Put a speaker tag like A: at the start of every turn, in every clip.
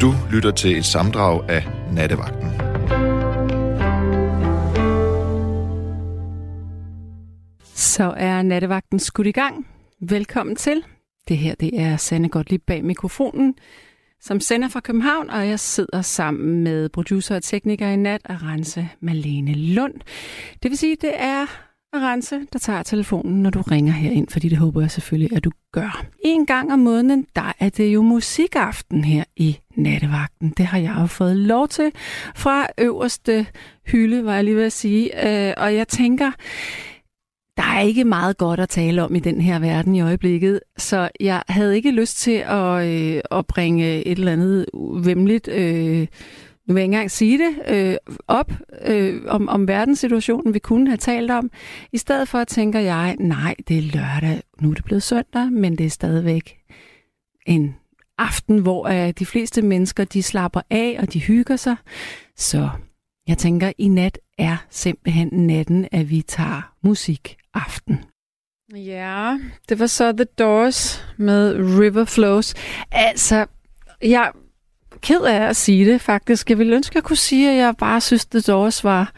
A: Du lytter til et samdrag af Nattevagten.
B: Så er nattevagten skudt i gang. Velkommen til. Det her det er Sanne Gottlieb bag mikrofonen, som sender fra København, og jeg sidder sammen med producer og tekniker i nat, Arance Malene Lund. Det vil sige, det er Arance, der tager telefonen, når du ringer herind, fordi det håber jeg selvfølgelig, at du gør. En gang om måneden, der er det jo musikaften her i nattevagten. Det har jeg jo fået lov til fra øverste hylde, var jeg lige ved at sige. Øh, Og jeg tænker, der er ikke meget godt at tale om i den her verden i øjeblikket, så jeg havde ikke lyst til at, øh, at bringe et eller andet vemmeligt, øh, nu vil jeg ikke engang sige det, øh, op øh, om, om verdenssituationen, vi kunne have talt om. I stedet for tænker jeg, nej, det er lørdag, nu er det blevet søndag, men det er stadigvæk en aften, hvor øh, de fleste mennesker de slapper af og de hygger sig. Så jeg tænker, i nat er simpelthen natten, at vi tager musikaften. Ja, det var så The Doors med River Flows. Altså, jeg er ked af at sige det faktisk. Jeg ville ønske, at jeg kunne sige, at jeg bare synes, The Doors var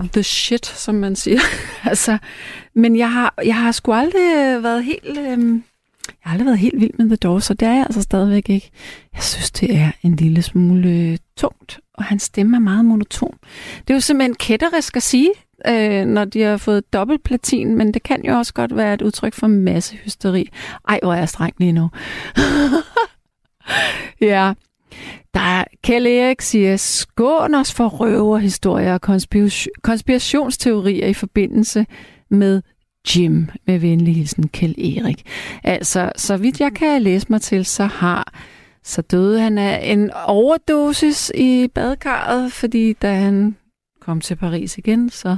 B: øh, the shit, som man siger. altså, men jeg har, jeg har sgu aldrig øh, været helt... Øhm, jeg har aldrig været helt vild med The Doors, og det er jeg altså stadigvæk ikke. Jeg synes, det er en lille smule øh, tungt, og hans stemme er meget monoton. Det er jo simpelthen kætterisk at sige, øh, når de har fået dobbelt platin, men det kan jo også godt være et udtryk for massehysteri. Ej, hvor er jeg streng lige nu. ja. Der er Kjell Erik siger, skån os for røverhistorier og konspira- konspirationsteorier i forbindelse med Jim, med venlig hilsen Kjell Erik. Altså, så vidt jeg kan læse mig til, så har så døde han af en overdosis i badekarret, fordi da han kom til Paris igen, så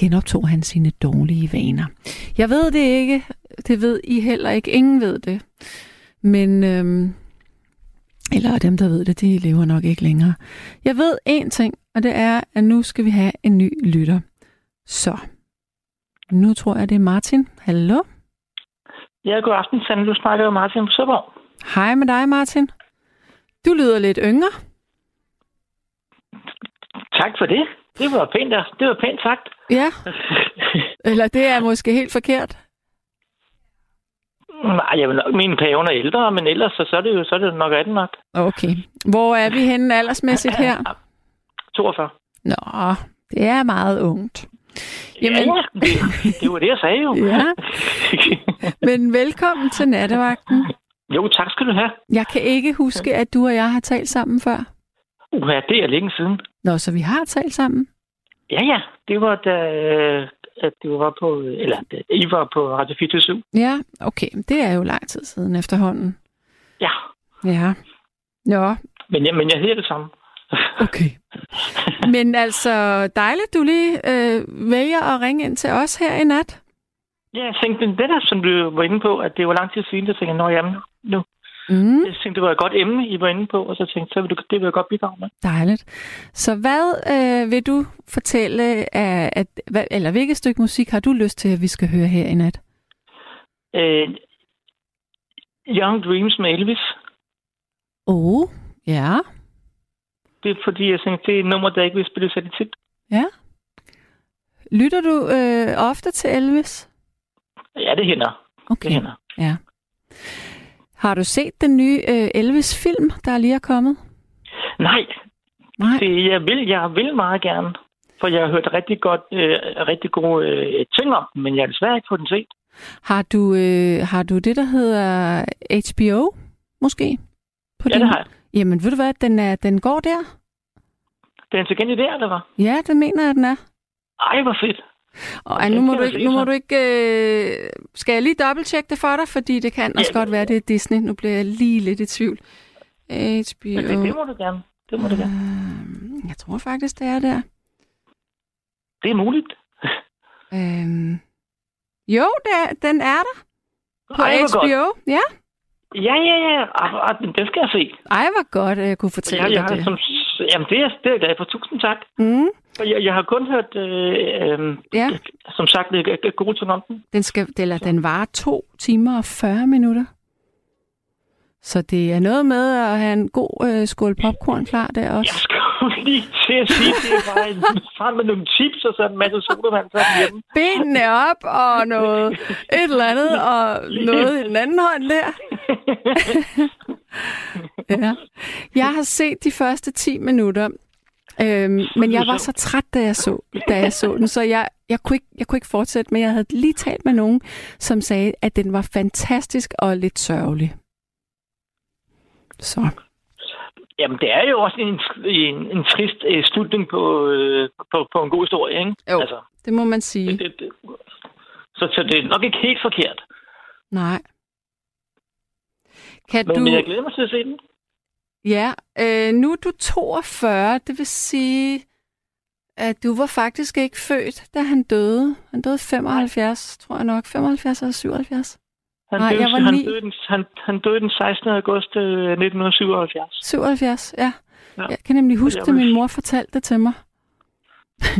B: genoptog han sine dårlige vaner. Jeg ved det ikke. Det ved I heller ikke. Ingen ved det. Men, øhm, eller dem, der ved det, de lever nok ikke længere. Jeg ved én ting, og det er, at nu skal vi have en ny lytter. Så, nu tror jeg, det er Martin. Hallo?
C: Ja, god aften, Sande. Du snakker jo Martin på Søborg.
B: Hej med dig, Martin. Du lyder lidt yngre.
C: Tak for det. Det var pænt, af- det var pænt sagt.
B: Ja. Eller det er måske helt forkert.
C: Nej, jeg vil nok mene, perioden er ældre, men ellers så, så, er, det jo, så er det nok 18 nok.
B: Okay. Hvor er vi henne aldersmæssigt her?
C: 42.
B: Nå, det er meget ungt. Jamen,
C: Ja, ja, det, det var det, jeg sagde jo.
B: ja. Men velkommen til nattevagten.
C: jo, tak skal du have.
B: Jeg kan ikke huske, at du og jeg har talt sammen før.
C: Uha, det er længe siden.
B: Nå, så vi har talt sammen.
C: Ja, ja, det var da øh, at du var på, eller da I var på Radio 24
B: Ja, okay. Det er jo lang tid siden efterhånden.
C: Ja,
B: Ja. Nå,
C: men, jeg- men jeg hedder det samme.
B: okay. Men altså, dejligt, du lige øh, vælger at ringe ind til os her i nat.
C: Ja, jeg tænkte, men det der, som du var inde på, at det var lang tid siden, der tænkte jeg, nå jamen, nu.
B: Mm.
C: Jeg tænkte, det var et godt emne, I var inde på, og så tænkte jeg, så vil du, det vil jeg godt bidrage med.
B: Dejligt. Så hvad øh, vil du fortælle, at, at, hvad, eller hvilket stykke musik har du lyst til, at vi skal høre her i nat?
C: Øh, Young Dreams med Elvis.
B: Oh, ja.
C: Det er fordi, jeg tænkte, det er et nummer, der ikke vil spille særlig tit.
B: Lytter du øh, ofte til Elvis?
C: Ja, det hænder. Det
B: Okay.
C: hænder.
B: Har du set den nye øh, Elvis-film, der lige er kommet?
C: Nej,
B: Nej.
C: det jeg vil, jeg vil meget gerne. For jeg har hørt rigtig, godt, øh, rigtig gode øh, ting om den, men jeg har desværre ikke fået den set.
B: Har du, øh, har du det, der hedder HBO, måske? På
C: Ja, det har jeg.
B: Jamen, ved du hvad, den, er, den går der?
C: Den er tilgængelig der, eller hvad?
B: Ja, det mener jeg, den er.
C: Ej, hvor fedt.
B: Og ej, nu
C: Det
B: må
C: kan
B: du
C: jeg
B: ikke,
C: se
B: nu må
C: så.
B: du ikke øh, skal jeg lige dobbelttjekke det for dig, fordi det kan også
C: Ja.
B: godt være, det er Disney. Nu bliver jeg lige lidt i tvivl.
C: Men det, det
B: HBO.
C: må du gerne. Det må du gerne.
B: Øhm, Jeg tror faktisk, det er der.
C: Det er muligt.
B: Øhm, jo, det er, den er der på
C: Ej, hvor godt.
B: HBO. Ja,
C: Ja, ja, ja. Ej, ej, men Den skal jeg se.
B: ej, hvor godt, at jeg kunne fortælle
C: Jeg, jeg
B: dig
C: har,
B: det.
C: som, jamen, det er, det er jeg glad for. Tusind tak.
B: Mm,
C: Og Jeg, jeg har kun hørt, øh, øh,
B: ja,
C: som sagt, øh, gode ting om den.
B: den, skal, eller, den varer to timer og 40 minutter. Så det er noget med at have en god øh, skål popcorn klar der også.
C: Jeg skulle lige til at sige, det er bare en frem med nogle chips og så en masse sodavand fra hjemme.
B: Benene op og noget et eller andet, og noget i den anden hånd der. ja. Jeg har set de første 10 minutter, øhm, men jeg var så træt, da jeg så, da jeg så den, så jeg, jeg, kunne ikke, jeg kunne ikke fortsætte, men jeg havde lige talt med nogen, som sagde, at den var fantastisk og lidt sørgelig. Så.
C: Jamen, det er jo også en, en, en trist øh, slutning på, øh, på, på en god historie, ikke?
B: Jo.
C: Altså,
B: Det må man sige.
C: det, det, det. Så, så det er nok ikke helt forkert.
B: Nej. Kan
C: Men,
B: du...
C: men jeg glæder mig til at se den.
B: Ja, øh, nu er du 42, det vil sige, at du var faktisk ikke født, da han døde. Han døde 75, tror jeg nok. 75 eller 77?
C: Han,
B: Nej,
C: døde,
B: jeg var
C: han,
B: ni.
C: døde den, han, han døde den 16. august øh, 1977.
B: 77, ja.
C: Ja.
B: ja. Jeg kan nemlig huske
C: jeg
B: det,
C: vil-
B: min mor fortalte det til mig.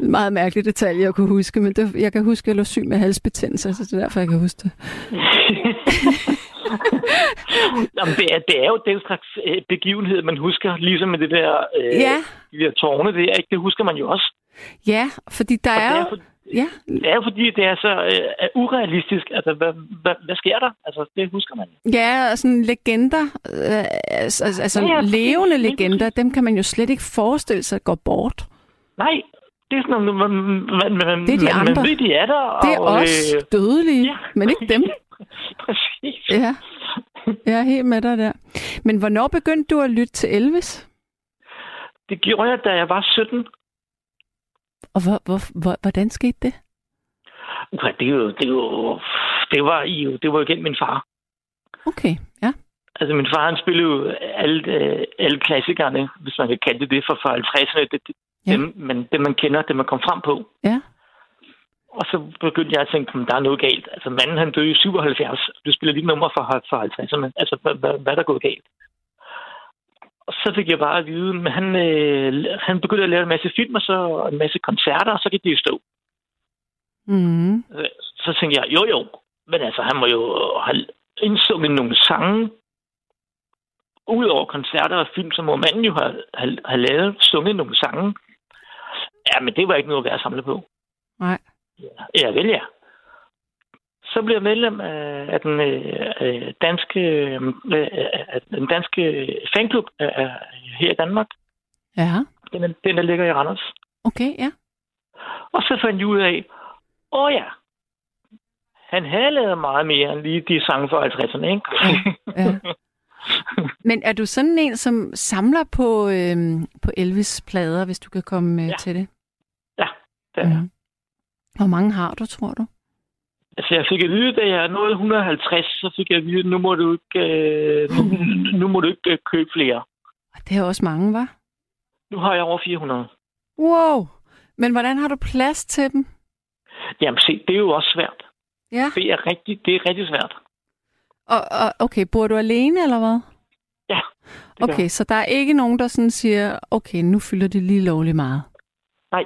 B: Meget mærkelig detalje, jeg kunne huske, men det, jeg kan huske, at jeg lå syg med halsbetændelse, så det er derfor, jeg kan huske det.
C: Jamen, det, er, det er jo den slags øh, begivenhed, man husker, ligesom med det der, øh,
B: Ja,
C: de der tårne der, ikke? det husker man jo også.
B: ja, fordi der
C: Og det,
B: er
C: er
B: jo...
C: for,
B: Ja,
C: det er jo fordi, det er så øh, er urealistisk. Altså, hvad, hvad, hvad sker der? Altså, det husker man.
B: Ja, og sådan legender, øh, altså, altså
C: Ja, ja,
B: ja,
C: præcis.
B: levende
C: Lige
B: legender, dem kan man jo slet ikke forestille sig går bort.
C: Nej, det er sådan noget, man, man, man,
B: Det er de
C: man,
B: andre.
C: man ved, de er der.
B: Det er
C: og,
B: os
C: Øh,
B: dødelige,
C: ja.
B: men ikke dem.
C: præcis.
B: Ja. Jeg er helt med dig der. Men hvornår begyndte du at lytte til Elvis?
C: Det gjorde jeg, da jeg var 17.
B: Og hvor, hvor, hvor, hvordan skete det?
C: Uha, det, er jo, det, er jo, det var jo det var jo igen min far.
B: Okay, ja.
C: Altså, min far, han spillede jo alle, øh, alle klassikerne, hvis man kan kalde det det, fra fra 50'erne. Det, det,
B: Ja.
C: ja. dem, man, dem, man kender, dem, man kom frem på.
B: Ja.
C: Og så begyndte jeg at tænke, "Hmm, der er noget galt. Altså, manden, han døde i 77. Du spiller lige nummer fra, fra 50'erne. Altså, hvad, hvad, hvad er der gået galt? Og så fik jeg bare at vide, men han, øh, han begyndte at lave en masse film, og så en masse koncerter, og så gik det i stå.
B: Mm.
C: Øh, så tænkte jeg, jo jo, men altså, han må jo have indsunget nogle sange. Udover koncerter og film, så må manden jo have, have, have lavet, sunget nogle sange. Ja, men det var ikke noget værd at samle på.
B: Nej.
C: Ja, vel ja. Så blev jeg medlem af, af den øh, øh, danske, øh, øh, af den danske fanklub øh, øh, her i Danmark.
B: Ja,
C: Den, er- den, der ligger i Randers.
B: okay, ja.
C: Og så fandt jeg ud af, åh ja, han havde lavet meget mere end lige de sange fra 50'erne, ikke?
B: ja. Men er du sådan en, som samler på, øhm, på Elvis-plader, hvis du kan komme øh,
C: Ja.
B: til det?
C: Ja. Mm.
B: Mhm. Hvor mange har du, tror du?
C: Altså, jeg fik at vide, da jeg nåede 150, så fik jeg at vide, nu må du ikke, øh, nu, nu må du ikke øh, købe flere.
B: Og det er også mange, var.
C: Nu har jeg over 400.
B: Wow! Men hvordan har du plads til dem?
C: Jamen se, det er jo også svært.
B: Ja,
C: Det er rigtig, det er rigtig svært.
B: og, og okay, bor du alene, eller hvad?
C: Ja, det gør
B: Okay, så der er ikke nogen, der sådan siger, okay, nu fylder det lige lovligt meget.
C: Nej.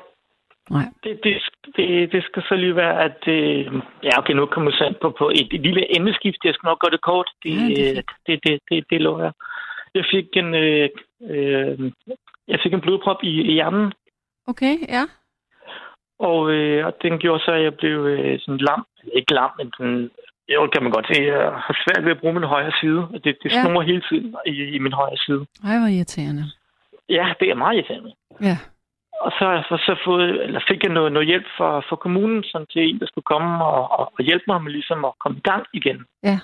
B: Nej.
C: Det, det, det, det skal så lige være, at... Øh, ja, okay, nu kommer jeg på, på et, et lille emneskift. Jeg skal nok gøre det kort. Det,
B: Ja, det er
C: det, det, det, det, det lover jeg. Jeg fik en, øh, øh, jeg fik en blodprop i, i hjernen,
B: Okay, ja.
C: og, øh, og den gjorde så, at jeg blev øh, sådan lam. Ikke lam, men sådan... Jo, kan man godt sige. Jeg har svært ved at bruge min højre side. og Det, det
B: Ja.
C: snor hele tiden i, i min højre side.
B: Ej, hvor irriterende.
C: Ja, det er meget irriterende.
B: Ja.
C: Og så, har jeg så, så fået, eller fik jeg noget, noget hjælp fra, fra kommunen, sådan til en, der skulle komme og, og, og hjælpe mig med ligesom at komme i gang igen.
B: Ja.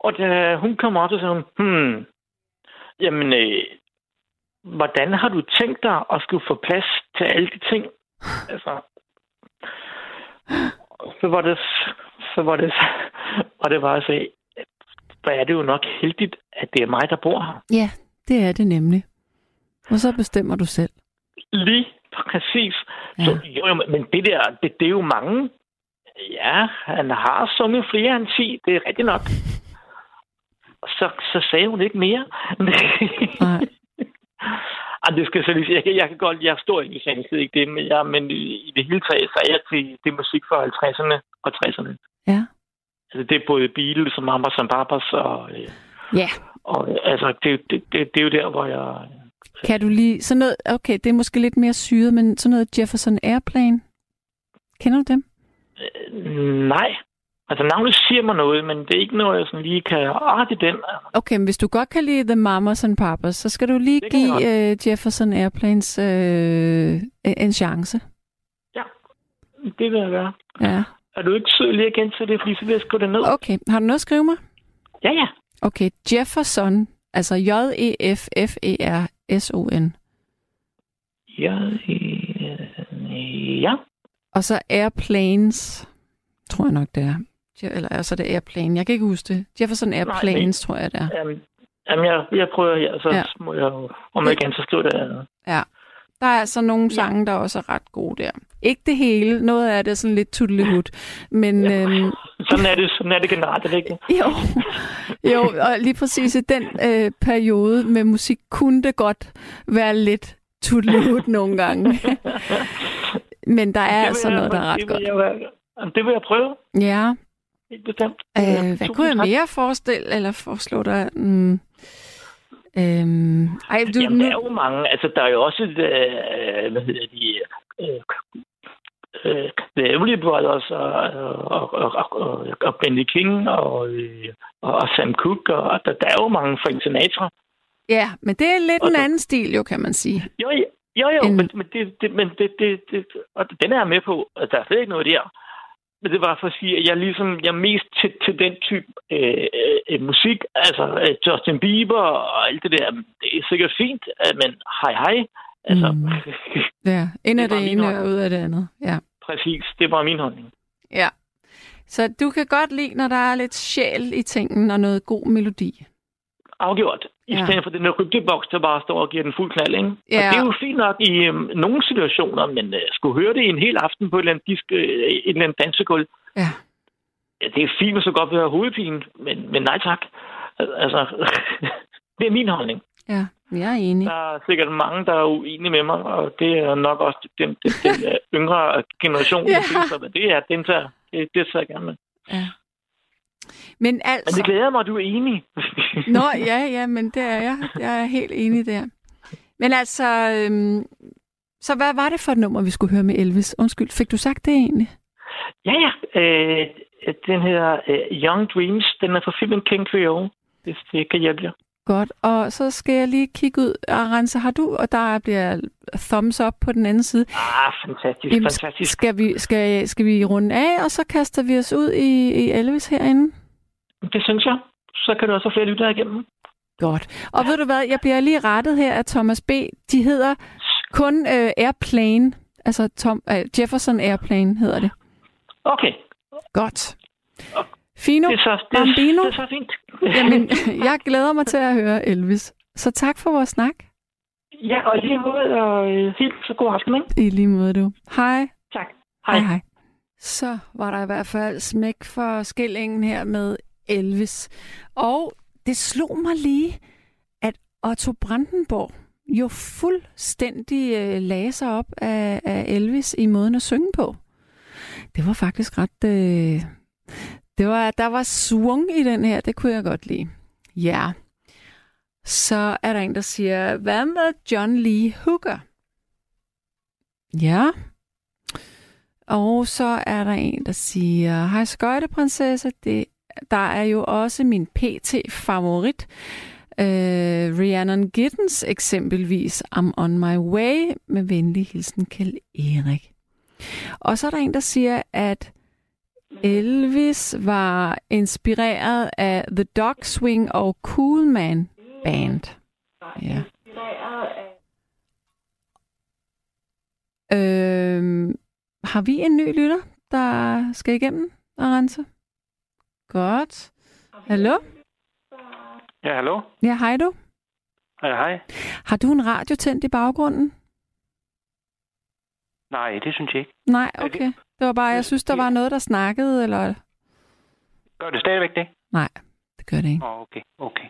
C: Og da hun kom op, så sagde hun, hmm, jamen, øh, hvordan har du tænkt dig at skulle få plads til alle de ting? Altså, og så var det, så var det, og det var at sige, hvor er det jo nok heldigt, at det er mig, der bor her.
B: Ja, det er det nemlig. Og så bestemmer du selv.
C: Lige præcis.
B: Ja.
C: Så, jo, jo, men det der, det, det er jo mange. Ja, han har sunget flere end 10, det er rigtigt nok. Og Så, så sagde hun ikke mere.
B: Nej.
C: Ej, det skal jeg så lige sige. Jeg, kan- jeg kan godt, jeg står ikke i sandhed, ikke det, men, jeg, men i, i det hele taget, så er jeg til det musik fra 50'erne og 60'erne.
B: Ja.
C: Altså, det er både Beatles som Ambers and Barbers, og, øh,
B: Ja,
C: og øh, altså, det, det, det, det, er jo der, hvor jeg...
B: kan du lige... Sådan noget, okay, det er måske lidt mere syret, men sådan noget Jefferson Airplane. Kender du dem?
C: Øh, nej. Altså, navnet siger mig noget, men det er ikke noget, jeg sådan lige kan... Ah, det er den.
B: Okay, men hvis du godt kan lide The Mamas and Papas, så skal du lige
C: Det kan jeg
B: give uh, Jefferson Airplanes uh, en chance.
C: Det vil jeg gøre.
B: Ja.
C: Er du ikke sød lige at gentage det, fordi så vil jeg skrive det ned?
B: Okay, har du noget at skrive mig?
C: Ja, ja.
B: Okay, Jefferson, altså E J-E-F-F-E-R-S-O-N,
C: Ja, øh, ja.
B: og så Airplanes, tror jeg nok det er. Je- Eller altså det er Airplane, jeg kan ikke huske det. Jefferson Airplanes, tror jeg det er.
C: Jamen, jamen jeg, jeg prøver her, så
B: Ja.
C: ja. må jeg jo- om jeg kan, så skrive det andet.
B: Der er altså nogle sange, der også er ret gode der. Ikke det hele, noget af det er sådan lidt tuttelehut, men...
C: Ja.
B: Øhm,
C: Sådan er det, sådan er det generelt, er det ikke?
B: Jo, jo, og lige præcis i den øh, periode med musik kunne det godt være lidt tuttelut nogle gange. Men der
C: Det
B: er
C: vil
B: altså
C: jeg-
B: noget, der er ret
C: det
B: godt.
C: Vil jeg, være- jamen, det vil jeg prøve,
B: Ja,
C: helt bestemt.
B: øh, hvad
C: Tusind
B: kunne jeg
C: tak.
B: mere forestille, eller foreslå dig? Mm, øhm, ej, du,
C: Jamen, der er
B: nu,
C: jo mange. Altså, der er jo også, et, øh, hvad hedder de, øh, øh, The Everly Brothers og, og, og, og, og Benny King og, øh, og Sam Cooke. Og, og der, der er jo mange, Frank Sinatra.
B: ja, men det er lidt
C: Og
B: en
C: så-
B: anden stil, jo, kan man sige.
C: Jo, jo, jo, jo
B: En-
C: men, men, det, det, men det, det, det, og den er jeg med på, og der er slet ikke noget der. Men det var for at sige, at jeg, ligesom, jeg er mest til, til den type øh, øh, øh, musik, altså øh, Justin Bieber og alt det der. Det er sikkert fint, øh, men hej hej. Altså,
B: Mm.
C: mm.
B: Ja, ind
C: Det
B: af
C: var
B: det
C: min
B: ene
C: holdning.
B: og ud af det andet. Ja.
C: præcis, det var min holdning.
B: ja. Så du kan godt lide, når der er lidt sjæl i tingene og noget god melodi.
C: Afgjort. I
B: Ja.
C: ja. stedet for den der rygteboks, der bare står og giver den fuld knald, ikke? Og
B: Ja.
C: det er jo fint nok i øh, nogle situationer, men øh, skulle høre det i en hel aften på et eller andet, disk, øh, et eller andet dansegulv,
B: Ja.
C: Ja, det er fint, hvis du godt vil have hovedpine, men, men nej tak. Al- Altså, det er min holdning.
B: Ja, jeg er enig.
C: Der er sikkert mange, der er uenige med mig, og det er nok også den, den, den øh, yngre generation,
B: Ja.
C: der synes, at det er den der. Det, det tager jeg gerne med.
B: Men
C: Men det
B: altså...
C: glæder mig, at du er enig.
B: Nå, ja, ja, men det er jeg. Jeg er helt enig der. Men altså... Øhm, så hvad var det for et nummer, vi skulle høre med Elvis? Undskyld, fik du sagt det egentlig?
C: ja, ja. Øh, den hedder øh, Young Dreams. Den er fra filmen King Creole, hvis det kan hjælpe jer.
B: Godt, og så skal jeg lige kigge ud og rense. Har du, og der bliver thumbs up på den anden side.
C: Ah, fantastisk,
B: Jamen,
C: fantastisk.
B: Skal vi, skal, skal vi runde af, og så kaster vi os ud i, i Elvis herinde?
C: Det synes jeg. Så kan du også få flere lyttere igennem.
B: Godt. Og ved du hvad, jeg bliver lige rettet her af Thomas B. De hedder kun øh, Airplane, altså Tom, øh, Jefferson Airplane hedder det.
C: Okay,
B: Godt. Fino,
C: det er så, det er,
B: Bambino?
C: det er så fint.
B: jamen, jeg glæder mig til at høre Elvis. Så tak for vores snak.
C: Ja, og i lige måde, og øh, helt så god aften, ikke?
B: I lige måde, du. Hej.
C: Tak. Hej.
B: hej. Så var der i hvert fald smæk for skillingen her med Elvis. Og det slog mig lige, at Otto Brandenborg jo fuldstændig øh, lagde sig op af, af Elvis i måden at synge på. Det var faktisk ret... Øh, det var, der var swung i den her, det kunne jeg godt lide. Ja. Så er der en, der siger, hvad med John Lee Hooker? Ja. Og så er der en, der siger, hej skøjteprinsesse, det, der er jo også min PT-favorit. Øh, Rhiannon Giddens eksempelvis, I'm on my way, med venlig hilsen Kjell Erik. Og så er der en, der siger, at Elvis var inspireret af The Dog Swing og Cool Man Band. Ja. Øhm, har vi en ny lytter, der skal igennem og rense? Godt. Hallo?
C: Ja, hallo.
B: Ja, hej du.
C: Ja, hej.
B: Har du en radio tændt i baggrunden?
D: Nej, det synes jeg ikke.
B: Nej,
D: det-
B: okay. Det var bare, jeg synes, der var noget, der snakkede, eller...
D: Gør det stadigvæk det?
B: Nej, det gør det ikke.
D: Åh, oh, okay, okay.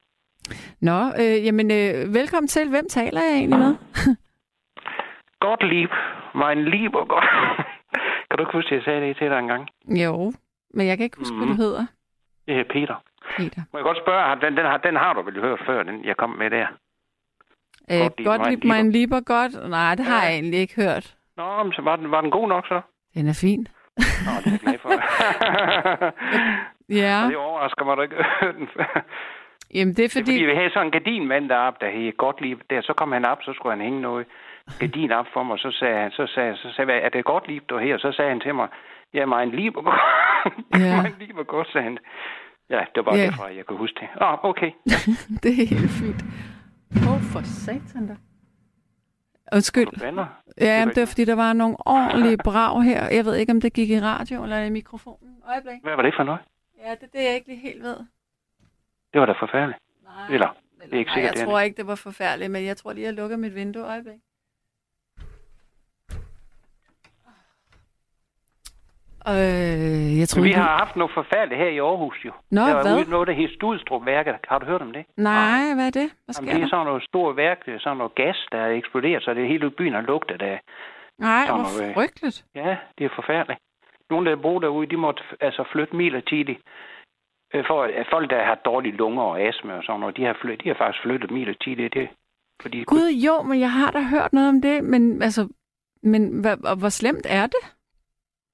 B: Nå, øh, jamen, øh, velkommen til. Hvem taler jeg egentlig med?
D: Godt liv. Mein lieber Gott. kan du ikke huske, at jeg sagde det til dig engang?
B: Jo, men jeg kan ikke huske, hvad du
D: Mhm.
B: hedder.
D: Det hedder Peter.
B: Peter.
D: Må jeg godt spørge, har den, den, har, den har du vel hørt før, den jeg kom med der?
B: Øh,
D: Gottlieb
B: Gottlieb
D: Mein
B: Mein Lieber godt? Nej, det har jeg egentlig ikke hørt.
D: Nå, men så var den, var den god nok så?
B: Den er fin.
D: Nå, det er jeg glad for. Og
B: Ja,
D: det overrasker mig, at du ikke hørte den før.
B: jamen det er
D: Det er fordi,
B: fordi...
D: vi havde sådan en gardinmand deroppe, der hed Gottlieb. Der, så kom han op, så skulle han hænge noget gardin op for mig. Så sagde han, så sagde, så sagde jeg, er det Gottlieb, du er her? Så sagde han til mig, ja, mein Lieber Gott.
B: Ja.
D: mein Lieber Gott, sagde han. Ja, det var bare
B: Ja.
D: ja. derfra, jeg kunne huske det. Nå, okay.
B: Det er helt fint. Åh, oh, for satan da. Undskyld.
D: Venner.
B: Ja, jamen, det var fordi, der var nogle ordentlige brag her. Jeg ved ikke, om det gik i radio eller i mikrofonen. Øjeblik.
D: Hvad var det for noget?
B: Ja, det er det, jeg ikke lige helt ved.
D: Det var da forfærdeligt.
B: Nej,
D: Eller, det er ikke
B: nej,
D: sikkert,
B: jeg
D: det er
B: tror ikke, det var forfærdeligt, men jeg tror lige, jeg lukker mit vindue. Øjeblik. Øh, jeg tror
D: vi
B: ikke...
D: har haft noget forfærdeligt her i Aarhus, jo.
B: Nå,
D: der var
B: hvad?
D: ude noget, der hed Studstrup-værket. Har du hørt om det?
B: Nej, hvad er det? Hvad sker
D: Jamen, det er
B: der?
D: sådan noget stort værk, det er sådan noget gas, der er eksploderet, så det er hele byen har lugtet af.
B: Nej,
D: Sådan
B: hvor
D: noget, øh,
B: frygteligt.
D: Ja, det er forfærdeligt. Nogle, der bor derude, de måtte f- altså flytte midlertidigt. Øh, For øh, folk, der har dårlige lunger og astma og sådan noget, de har, flyttet, de har faktisk flyttet midlertidigt. Det, fordi
B: Gud, jo, men jeg har da hørt noget om det, men altså... Men hvad, og hvor slemt er det?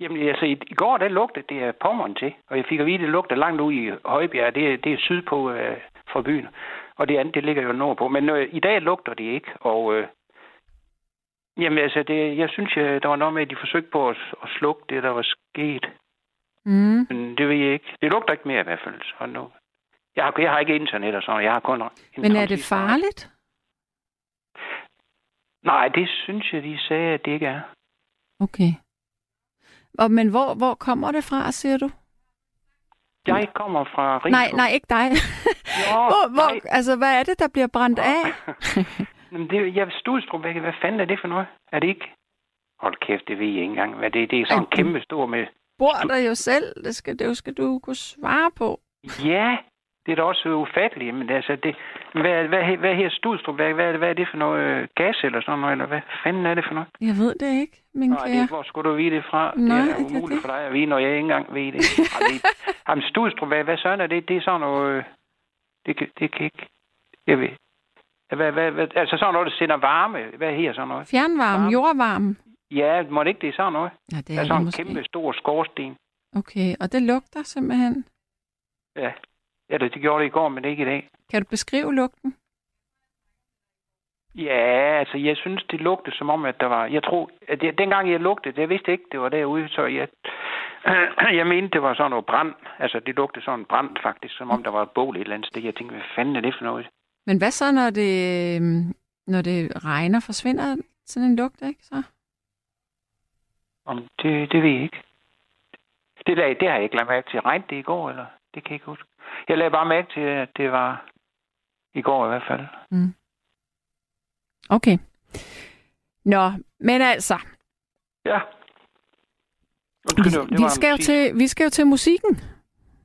D: Jamen, altså, i, i går, der lugtede det af pommeren til, og jeg fik at vide, det lugter langt ud i Højbjerg, det, er- det er sydpå øh, fra byen, og det andet, det ligger jo nordpå, men øh, i dag lugter det ikke, og øh, jamen, altså, det, jeg synes, øh, der var noget med, at de forsøgte på at, at slukke det, der var sket,
B: Mm.
D: men det ved jeg ikke. Det lugter ikke mere i hvert fald, så nu. Jeg har, jeg har ikke internet og sådan noget, jeg har kun...
B: Men er
D: internet.
B: det farligt?
D: Nej, det synes jeg, de sagde, at det ikke er.
B: Okay. Og, men hvor, hvor kommer det fra, siger du?
D: Jeg kommer fra Rigsholm.
B: Nej, nej, ikke dig.
D: Nå,
B: Hvor,
D: nej.
B: hvor, altså, hvad er det, der bliver brændt af?
D: Jamen, det, jeg Studstrup, hvad, hvad fanden er det for noget? Er det ikke? Hold kæft, det ved jeg ikke engang. Hvad det, det er sådan
B: Ej,
D: en kæmpe stor med...
B: Bor der jo selv? Det skal, det skal du kunne svare på.
D: Ja, det er da også ufatteligt, men altså, det, hvad, hvad, he- hvad her Studstrup? Hvad, hvad, er det- hvad er det for noget øh, gas eller sådan noget? Eller hvad fanden er det for noget?
B: Jeg ved det ikke, min
D: Nej, det,
B: kære.
D: er- hvor skulle du vide det fra?
B: Nej,
D: det
B: det
D: er
B: er
D: da umuligt
B: det.
D: for dig at vide, når jeg ikke engang ved det. Ej, det jamen, Studstrup, hvad, hvad sådan er det? Det er sådan noget... øh, Det, kan- det kan ikke... Jeg ved... Hvad, hvad, hvad, altså sådan noget, der sender varme. Hvad her sådan noget?
B: Fjernvarme,
D: Varme.
B: jordvarme.
D: Ja, må det ikke det er sådan noget?
B: Ja, det
D: Det
B: er
D: er
B: det
D: sådan en
B: måske.
D: kæmpe stor skorsten.
B: Okay, og det lugter simpelthen.
D: Ja. ja, det det gjorde det i går, men ikke i dag.
B: Kan du beskrive lugten?
D: Ja, altså jeg synes, det lugtede som om, at der var... Jeg tror, at jeg, dengang jeg lugtede, jeg vidste ikke, det var derude, så jeg... Jeg mente, det var sådan noget brand. Altså, det lugtede sådan brand, faktisk, som om der var et bål et eller andet sted. Jeg tænkte, hvad fanden er det for noget?
B: Men hvad så, når det, øhm, når det regner? Forsvinder sådan en lugt, ikke så?
D: Om det, det ved jeg ikke. Det, der, det har jeg ikke lagt mærke til. Regnede det i går, eller? Det kan jeg ikke huske. Jeg lagde bare mærke til, at det var i går i hvert fald.
B: Okay. Nå, men altså,
D: Ja.
B: vi,
D: det var- det
B: vi,
D: var
B: skal jo
D: musik.
B: til, vi skal jo til musikken.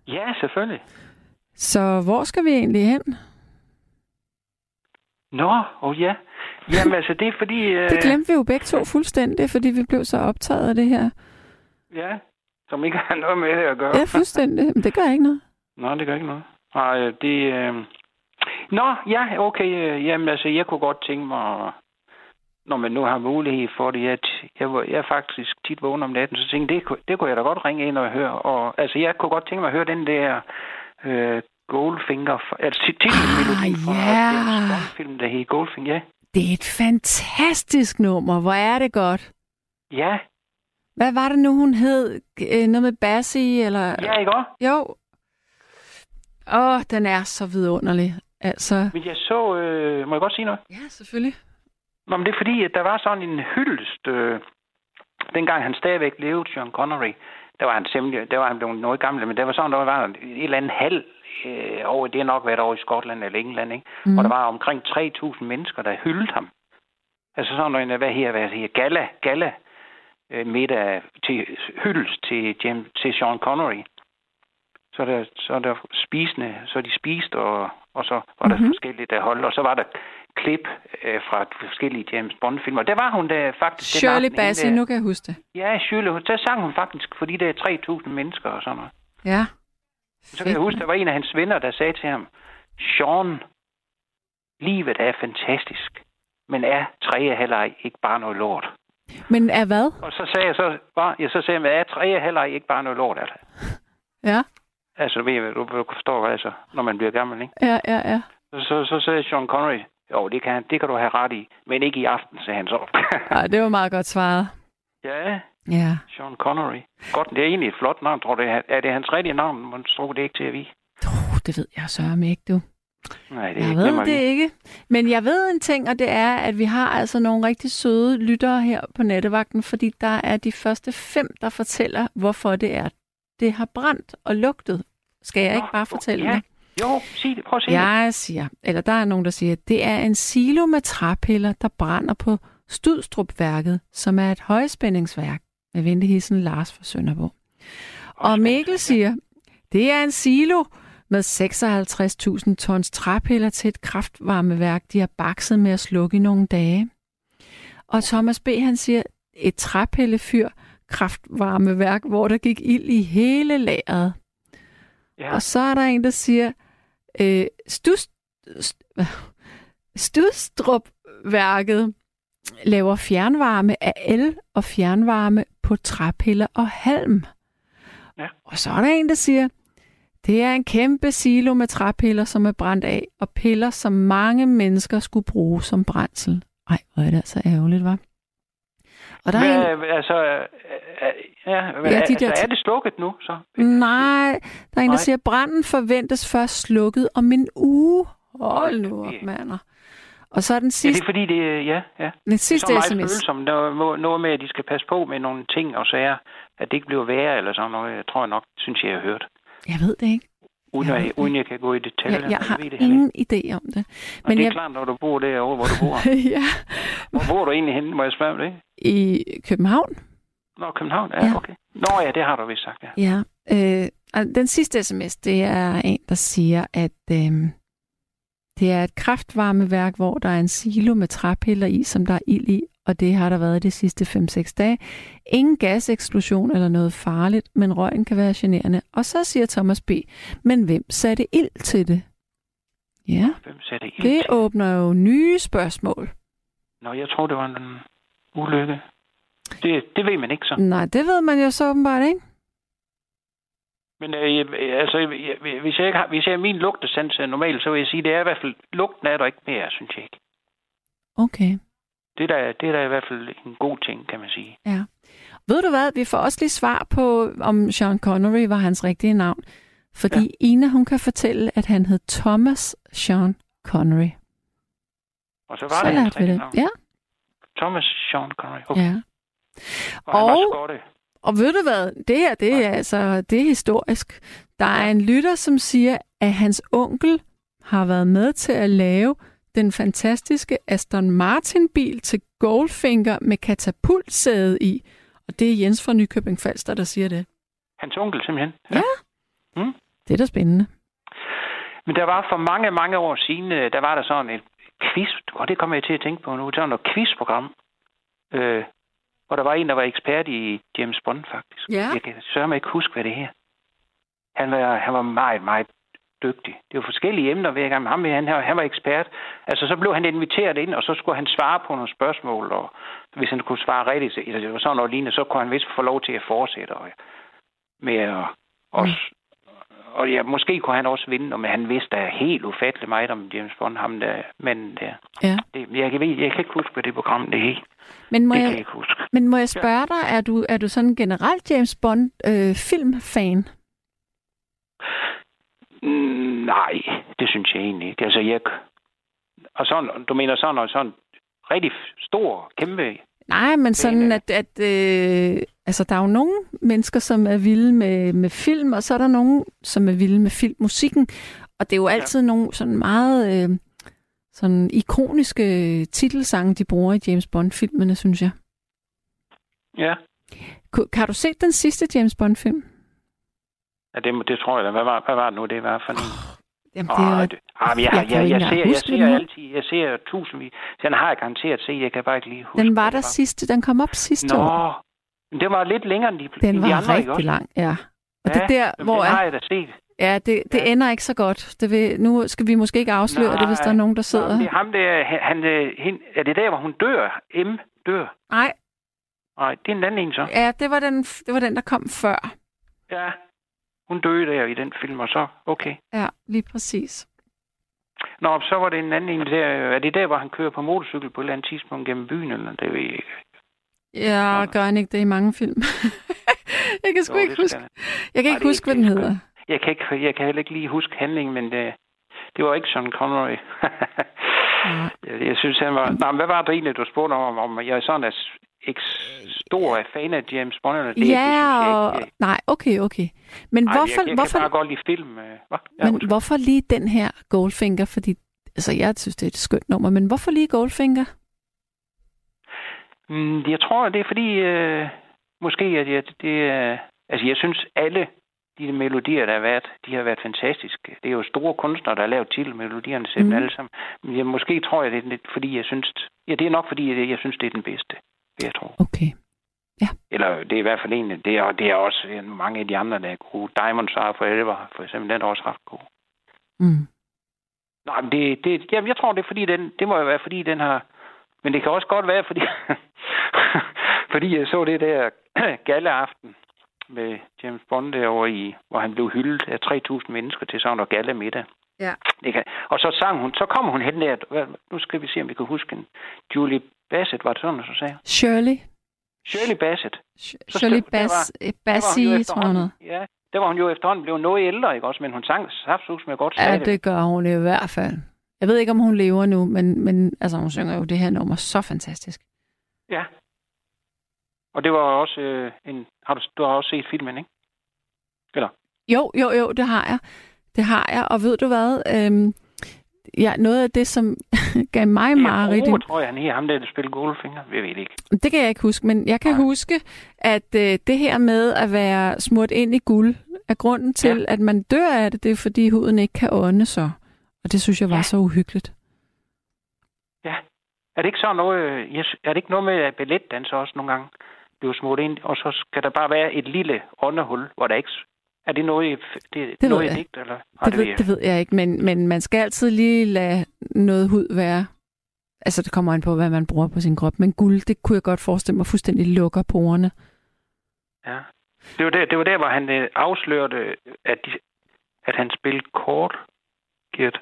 D: Ja, selvfølgelig.
B: Så hvor skal vi egentlig hen?
D: Nå, oh ja. Jamen altså, det er fordi... Øh,
B: Det glemte vi jo begge to fuldstændig, fordi vi blev så optaget af det her.
D: Ja, som ikke har noget med det at gøre.
B: Ja, fuldstændig. Men det gør ikke noget.
D: Nå, det gør ikke noget. Nej, øh, det... Øh... Nå, ja, okay. Øh, jamen altså, jeg kunne godt tænke mig... Når man nu har mulighed for det, at jeg, var- jeg faktisk tit vågner om natten, så tænkte jeg, det, kunne- det kunne jeg da godt ringe ind og høre. Og, altså, jeg kunne godt tænke mig at høre den der øh, Goldfinger, fra- altså titelmelodien
B: Ah,
D: fra
B: ja.
D: James Bond-film, der hedder Goldfinger, ja.
B: Det er et fantastisk nummer. Hvor er det godt.
D: Ja,
B: Hvad var det nu, hun hed? Øh, Noget med Bassi, eller...
D: ja, ikke også?
B: Jo. Åh, den er så vidunderlig. Altså...
D: Men jeg så, øh, må jeg godt sige noget?
B: Ja, selvfølgelig.
D: Nå, men det er fordi, at der var sådan en hyldest, øh, dengang han stadigvæk levede, John Connery. Der var han simpelthen, der var han blevet noget gammel, men der var sådan, der var et eller andet halv øh, over, det har nok været over i Skotland eller England, ikke? Mm. Hvor der var omkring 3.000 mennesker, der hyldede ham. Altså sådan en, hvad her, hvad her, gala, gala øh, middag til hyldest til, James, til Sean Connery. Så der, så der spisende, så de spiste, og, og så var der
B: Mhm.
D: mm-hmm. forskellige, der holdt, og så var der klip øh, fra forskellige James Bond-filmer. Der var hun der faktisk... den øh, aften,
B: Shirley
D: hende
B: Bassi,
D: der-
B: nu kan jeg huske det.
D: Ja, Shirley, hun- der sang hun faktisk for de der 3.000 mennesker og sådan noget.
B: Ja.
D: Så kan jeg huske, der var en af hans venner, der sagde til ham, Sean, livet er fantastisk, men er træer heller ikke bare noget lort?
B: Men er hvad?
D: Og så sagde jeg så, bare, jeg så sagde, jeg, er træer heller ikke bare noget lort? Altså,
B: Ja,
D: altså du, ved, du, du forstår, hvad altså, når man bliver gammel, ikke?
B: ja, ja, ja.
D: Så, så, så sagde Sean Connery, jo, det kan, det kan du have ret i, men ikke i aften, sagde han så.
B: Ej, det var meget godt svaret.
D: ja,
B: Ja,
D: Sean Connery. Godt, det er egentlig et flot navn, tror du. Er er det hans rigtige navn? Man tror det ikke til at vide.
B: uh, det ved jeg sørme ikke, du.
D: Nej, det
B: Jeg
D: glemmer
B: ved
D: vi.
B: det ikke. Men jeg ved en ting, og det er, at vi har altså nogle rigtig søde lyttere her på nattevagten, fordi der er de første fem, der fortæller, hvorfor det er, det har brændt og lugtet. Skal jeg
D: Nå,
B: ikke bare fortælle
D: ja.
B: det?
D: Jo, sig det. Prøv at sige det.
B: Jeg siger, eller der er nogen, der siger, at det er en silo med træpiller, der brænder på Studstrupværket, som er et højspændingsværk med ventehissen Lars fra Sønderborg. Og Mikkel siger, det er en silo med 56.000 tons træpiller til et kraftvarmeværk, de har bakset med at slukke i nogle dage. Og Thomas B. han siger, et træpillefyr kraftvarmeværk, hvor der gik ild i hele lageret.
D: Ja.
B: Og så er der en, der siger, øh, Stus, Studstrupværket laver fjernvarme af el og fjernvarme på træpiller og halm.
D: Ja.
B: Og så er der en, der siger, det er en kæmpe silo med træpiller, som er brændt af, og piller, som mange mennesker skulle bruge som brændsel. Ej, hvor er det altså ærgerligt, var. Og der er en,
D: Hvad, altså, øh, øh, ja, hvad,
B: Ja, de
D: altså,
B: der t-
D: er det slukket nu, så?
B: Nej, der er en, der
D: Nej.
B: siger, branden forventes først slukket om en uge. Hold
D: Hold
B: nu op,
D: da.
B: mander. Og så er den
D: Ja, det
B: sidste,
D: er fordi, det ja, ja.
B: den
D: Det er så
B: sidste
D: meget
B: sms.
D: følsomt. Noget- Noget, noget med, at de skal passe på med nogle ting og sager, at det ikke bliver værre eller sådan noget, jeg tror jeg nok, synes jeg, jeg har hørt.
B: Jeg ved det ikke.
D: Uden,
B: Jeg
D: jeg,
B: ved det
D: uden jeg kan gå i detaljer.
B: Jeg, jeg har
D: ved det heller ikke.
B: ingen idé om det.
D: Og det er
B: jeg,
D: klart, når du bor derovre, hvor du bor.
B: ja,
D: Hvor bor du egentlig henne, må jeg spørge om det?
B: i København.
D: Nå, København?
B: Ja.
D: Ja, okay. Nå ja, det har du vist sagt, ja.
B: Ja. Øh, og den sidste sms, det er en, der siger, at øh, det er et kraftvarmeværk, hvor der er en silo med træpiller i, som der er ild i, og det har der været de sidste 5-6 dage. Ingen gaseksplosion eller noget farligt, men røgen kan være generende. Og så siger Thomas B., men hvem satte ild til det? Ja,
D: Hvem satte ild
B: det
D: til?
B: åbner jo nye spørgsmål.
D: Nå, jeg tror, det var en ulykke. Det, det ved man ikke så.
B: Nej, det ved man jo så åbenbart ikke.
D: Men øh, jeg- altså, jeg- hvis jeg, ikke har, hvis jeg min lugtesans er normal, så vil jeg sige, det er i hvert fald, lugten er der ikke mere, synes jeg ikke.
B: Okay.
D: Det er der, det er der i hvert fald en god ting, kan man sige.
B: Ved du hvad, vi får også lige svar på, om Sean Connery var hans rigtige navn. Fordi ja. Ina, hun kan fortælle, at han hed Thomas Sean Connery.
D: Og så var
B: Så
D: det hans
B: lærte vi
D: rigtige
B: det.
D: navn.
B: Ja,
D: Thomas Sean Connery. Okay.
B: ja.
D: Og, han var
B: Og-
D: skotte.
B: Og ved du hvad, det her, det er altså, det er historisk. Der er en lytter, som siger, at hans onkel har været med til at lave den fantastiske Aston Martin-bil til Goldfinger med katapultsæde i. Og det er Jens fra Nykøbing Falster, der siger det.
D: Hans onkel simpelthen.
B: Ja.
D: Mm.
B: Det er da spændende.
D: Men der var for mange, mange år siden, øh, der var der sådan et quiz, og det kommer jeg til at tænke på nu, der var noget quizprogram, øh, hvor der var en, der var ekspert i James Bond, faktisk.
B: Ja.
D: Jeg kan sørge mig ikke huske, hvad det her. Han var, han var meget, meget dygtig. Det var forskellige emner hver gang. Men Ham, her, han, her- han var ekspert. Altså, så blev han inviteret ind, og så skulle han svare på nogle spørgsmål, og hvis han kunne svare rigtigt, så- eller det var sådan noget lignende, så kunne han vist få lov til at fortsætte og, med at også og ja, måske kunne han også vinde, og men han vidste da helt ufattelig meget om James Bond, ham der manden der.
B: Ja.
D: Det, jeg, kan, ved- jeg kan ikke huske, hvad det program det hed.
B: Men må
D: Det kan
B: jeg,
D: jeg ikke huske.
B: Men må jeg spørge dig, er du, er du sådan generelt James Bond øh, filmfan?
D: Mm, nej, det synes jeg egentlig ikke. Altså, jeg... Og sådan, du mener sådan, og sådan rigtig stor, kæmpe...
B: Nej, men sådan
D: øh.
B: at, at øh, altså, der er jo nogle mennesker, som er vilde med, med film, og så er der nogen, som er vilde med filmmusikken. Og det er jo altid ja. nogle sådan meget øh, sådan ikoniske titelsange, de bruger i James Bond-filmene, synes jeg.
D: Ja.
B: Ku- Har du set den sidste James Bond-film?
D: ja det, må- det tror jeg da. Hvad var, hvad var det nu, det var for en?
B: Jamen, det
D: Arh,
B: er,
D: det, ah, men jeg,
B: jeg
D: jeg,
B: kan jo
D: jeg,
B: ikke
D: jeg,
B: engang
D: ser, jeg
B: huske den
D: ser
B: her.
D: altid, jeg ser tusindvis. Den har jeg garanteret set, jeg kan bare ikke lige huske.
B: den var
D: hvad
B: der
D: det
B: sidste, den kom op sidste år.
D: Nå, men det var lidt længere end de,
B: Den
D: end de
B: var
D: andre,
B: rigtig
D: ikke også?
B: lang, ja. Og det er der,
D: Jamen,
B: hvor
D: den
B: at-
D: har jeg da set.
B: Ja, det, det ja. ender ikke så godt. Det vil, nu skal vi måske ikke afsløre Nej, det, hvis der er nogen, der sidder.
D: Det er ham der, han, han, hende, er det der, hvor hun dør? M dør?
B: Nej,
D: Nej, det er en anden en så.
B: ja, det var, den, det var den, der kom før.
D: Ja, hun døde der i den film, og så, okay.
B: Ja, lige præcis.
D: Nå, så var det en anden en der, øh, er det der, hvor han kører på motorcykel på et eller andet tidspunkt gennem byen, eller det ved jeg ikke.
B: Ja,
D: Nå.
B: gør han ikke det i mange film? jeg kan sgu
D: Jo,
B: ikke
D: det
B: huske.
D: skal han.
B: Jeg kan
D: Nej,
B: ikke
D: det er
B: huske, hvad den
D: ikke- det er
B: hedder.
D: Jeg kan, ikke, jeg kan heller ikke lige huske handlingen, men det, det var ikke sådan Connery.
B: Nej.
D: jeg, jeg synes, han var... Nej, men hvad var det egentlig, du spurgte om, om jeg sådan er s- ikke stor fan af James Bond? Eller det, det synes
B: Ja,
D: jeg
B: og...
D: ikke.
B: Nej, okay, okay. Men
D: Ej,
B: hvorfor,
D: jeg, jeg
B: hvorfor,
D: kan bare godt lide film. øh, Hva? Ja,
B: men
D: undskyld.
B: hvorfor lige den her Goldfinger? Fordi, altså, jeg synes, det er et skønt nummer, men hvorfor lige Goldfinger?
D: Mm, jeg tror, det er fordi, øh, måske, at jeg, det, øh, altså, jeg synes, alle de melodier, der har været, de har været fantastiske. Det er jo store kunstnere, der har lavet titelmelodierne selv
B: Mhm.
D: mm. alle sammen. Men jeg, måske tror jeg, det er lidt, fordi jeg synes... Ja, det er nok, fordi jeg, jeg synes, det er den bedste, vil jeg tror.
B: Okay.
D: Eller det er i hvert fald en, af- det er, og det er også øh, mange af de andre, der er gode. Diamonds Are Forever, for eksempel, den er også ret god.
B: Mm.
D: Nej, men det, det, jamen, jeg tror, det er fordi, den, det må jo være, fordi den har... Men det kan også godt være, fordi, fordi jeg så det der galleaften med James Bond derovre i, hvor han blev hyldet af 3.000 mennesker til sådan noget galle middag.
B: Ja.
D: Det kan, og så sang hun, så kom hun hen der, hvad- nu skal vi se, om vi kan huske hende. Julie Bassett, var det sådan, så sagde jeg?
B: Shirley.
D: Shirley Bassett.
B: Sh-
D: Så
B: Shirley
D: skrev- der
B: Bass, eh,
D: Der var hun
B: Bassi,
D: jo
B: tror jeg
D: efterhånden-
B: noget.
D: Ja, der var hun jo efterhånden blevet noget ældre, ikke også? Men hun sang saftsus med godt
B: Ja,
D: stadigvæk.
B: det gør hun i hvert fald. Jeg ved ikke, om hun lever nu, men, men altså, hun synger jo det her nummer så fantastisk.
D: Ja. Og det var også øh, en... Har du, du har også set filmen, ikke?
B: Jo, jo, jo, det har jeg. Det har jeg, og ved du hvad? Øhm, ja, noget af det, som gav mig meget
D: Jeg tror jeg, han her, ham der, der spiller Goldfinger. Jeg ved det ikke.
B: Det kan jeg ikke huske, men jeg kan
D: Nej.
B: huske, at øh, det her med at være smurt ind i guld, er grunden til, ja. at man dør af det, det er fordi huden ikke kan ånde så. Og det synes jeg var ja.
D: Ja.
B: så uhyggeligt.
D: Er det ikke sådan noget... øh, Jeg, sy- er det ikke noget med, at balletdanser også nogle gange bliver smurt ind, og så skal der bare være et lille åndehul, hvor der ikke... s- Er det noget, I f- det,
B: ved
D: det noget
B: jeg
D: i
B: ikke.
D: digt, eller? Nej,
B: det,
D: ved
B: ved,
D: jeg
B: det ved jeg ikke, men, men man skal altid lige lade noget hud være. Altså, det kommer an på, hvad man bruger på sin krop. Men guld, det kunne jeg godt forestille mig, fuldstændig lukker porerne.
D: Ja. Det var der, det var der hvor han øh, afslørte, øh, at, de, at han spillede kort, Gert.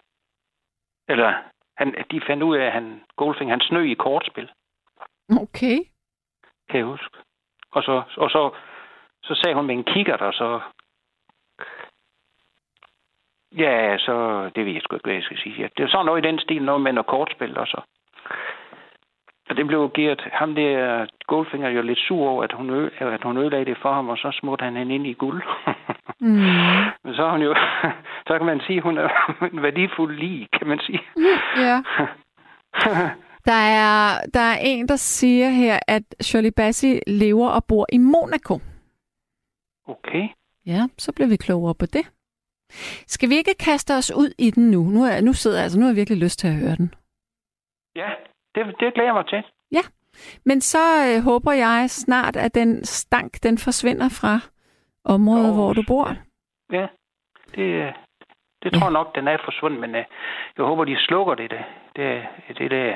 D: Eller han, at de fandt ud af, at han, Goldfinger, han snø i kortspil,
B: Okay.
D: kan jeg huske. Og så, og så, så sagde hun med en kikkert, og så... Ja, så det ved jeg sgu ikke, hvad jeg skal sige. Ja, det er sådan noget i den stil, noget med noget kortspil og så. Og det blev Gert, ham der Goldfinger, jo lidt sur over, at hun, ø- at hun ødelagde det for ham, og så smurte han hende ind i guld.
B: Mm.
D: Men så er hun jo, så kan man sige, hun er en værdifuld lig, kan man sige.
B: Mm, Ja. Der er, der er en, der siger her, at Shirley Bassey lever og bor i Monaco.
D: okay.
B: Ja, så bliver vi klogere på det. Skal vi ikke kaste os ud i den nu? Nu, er, nu sidder jeg, altså, nu har jeg virkelig lyst til at høre den.
D: Ja, det, det glæder jeg mig til.
B: Men så øh, håber jeg snart, at den stank, den forsvinder fra området, oh,
D: Åh,
B: hvor du bor.
D: Ja, det, øh, det tror jeg nok, den er forsvundet, men øh, jeg håber, de slukker det, det, det, det der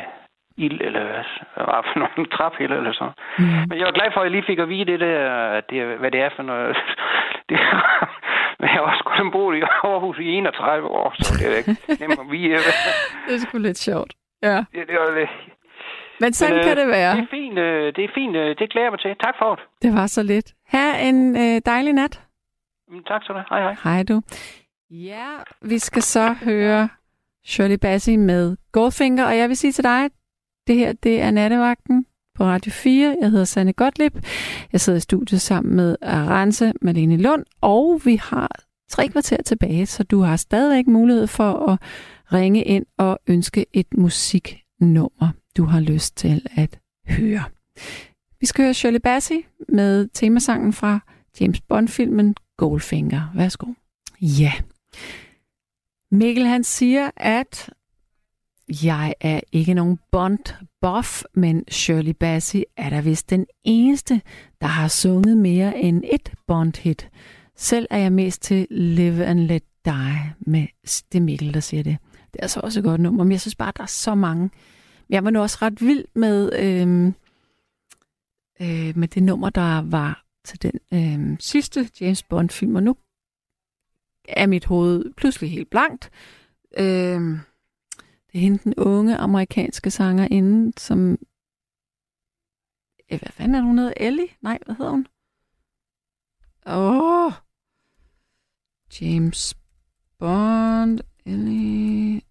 D: ild, eller hvad, hvad var det for nogle træpiller, eller sådan.
B: Mm.
D: Men jeg var glad for, at jeg lige fik at vide det der, at det, er- hvad det er for noget. Det, men jeg har også kun boet i Aarhus i 31 år, så det er ikke nemt at vide.
B: Det er sgu lidt sjovt. Ja,
D: Det, det, var, lidt-
B: men sådan
D: øh,
B: kan det være.
D: det er fint, øh, det er fint, øh, det glæder jeg mig til. Tak for det.
B: Det var så lidt. Ha' en øh, dejlig nat.
D: Jamen, Mm, Tak skal du have. Hej, hej.
B: Hej du. Ja, vi skal så høre Shirley Bassey med Goldfinger, og jeg vil sige til dig, det her det er nattevagten på Radio 4. Jeg hedder Sanne Gottlieb. Jeg sidder i studiet sammen med Arance Malene Lund, og vi har tre kvarter tilbage, så du har stadigvæk mulighed for at ringe ind og ønske et musiknummer, du har lyst til at høre. Vi skal høre Shirley Bassey med temasangen fra James Bond-filmen Goldfinger. Værsgo. Ja. Mikkel han siger, at jeg er ikke nogen Bond-buff, men Shirley Bassey er der vist den eneste, der har sunget mere end et Bond-hit. Selv er jeg mest til Live and Let Die med det Mikkel, der siger det. Det er altså også et godt nummer, men jeg synes bare, der er så mange. Jeg var nu også ret vild med, øhm, øh, med det nummer, der var til den øhm, sidste James Bond-film, og nu er mit hoved pludselig helt blankt. Øhm, det er hende, den unge amerikanske sangerinde, som... Eh, Hvad fanden er det, hun hedder? Ellie? Nej, hvad hedder hun? Åh! Oh! James Bond, Ellie...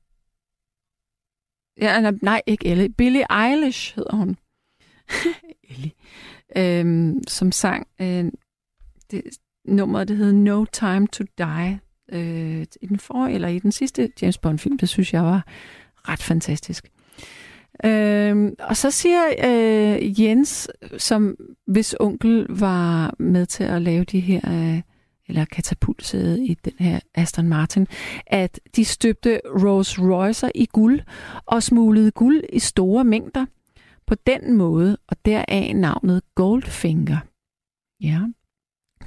B: Ja, nej, nej, ikke Ellie. Billie Eilish hedder hun. Ellie. Øhm, som sang øh, det, nummeret, det hedder No Time To Die. Øh, I den for eller i den sidste James Bond-film, det synes jeg var ret fantastisk. Øhm, og så siger øh, Jens, som hvis onkel var med til at lave de her, øh, eller katapultsæde i den her Aston Martin, at de støbte Rolls Royce'er i guld og smuglede guld i store mængder på den måde, og deraf navnet Goldfinger. Ja.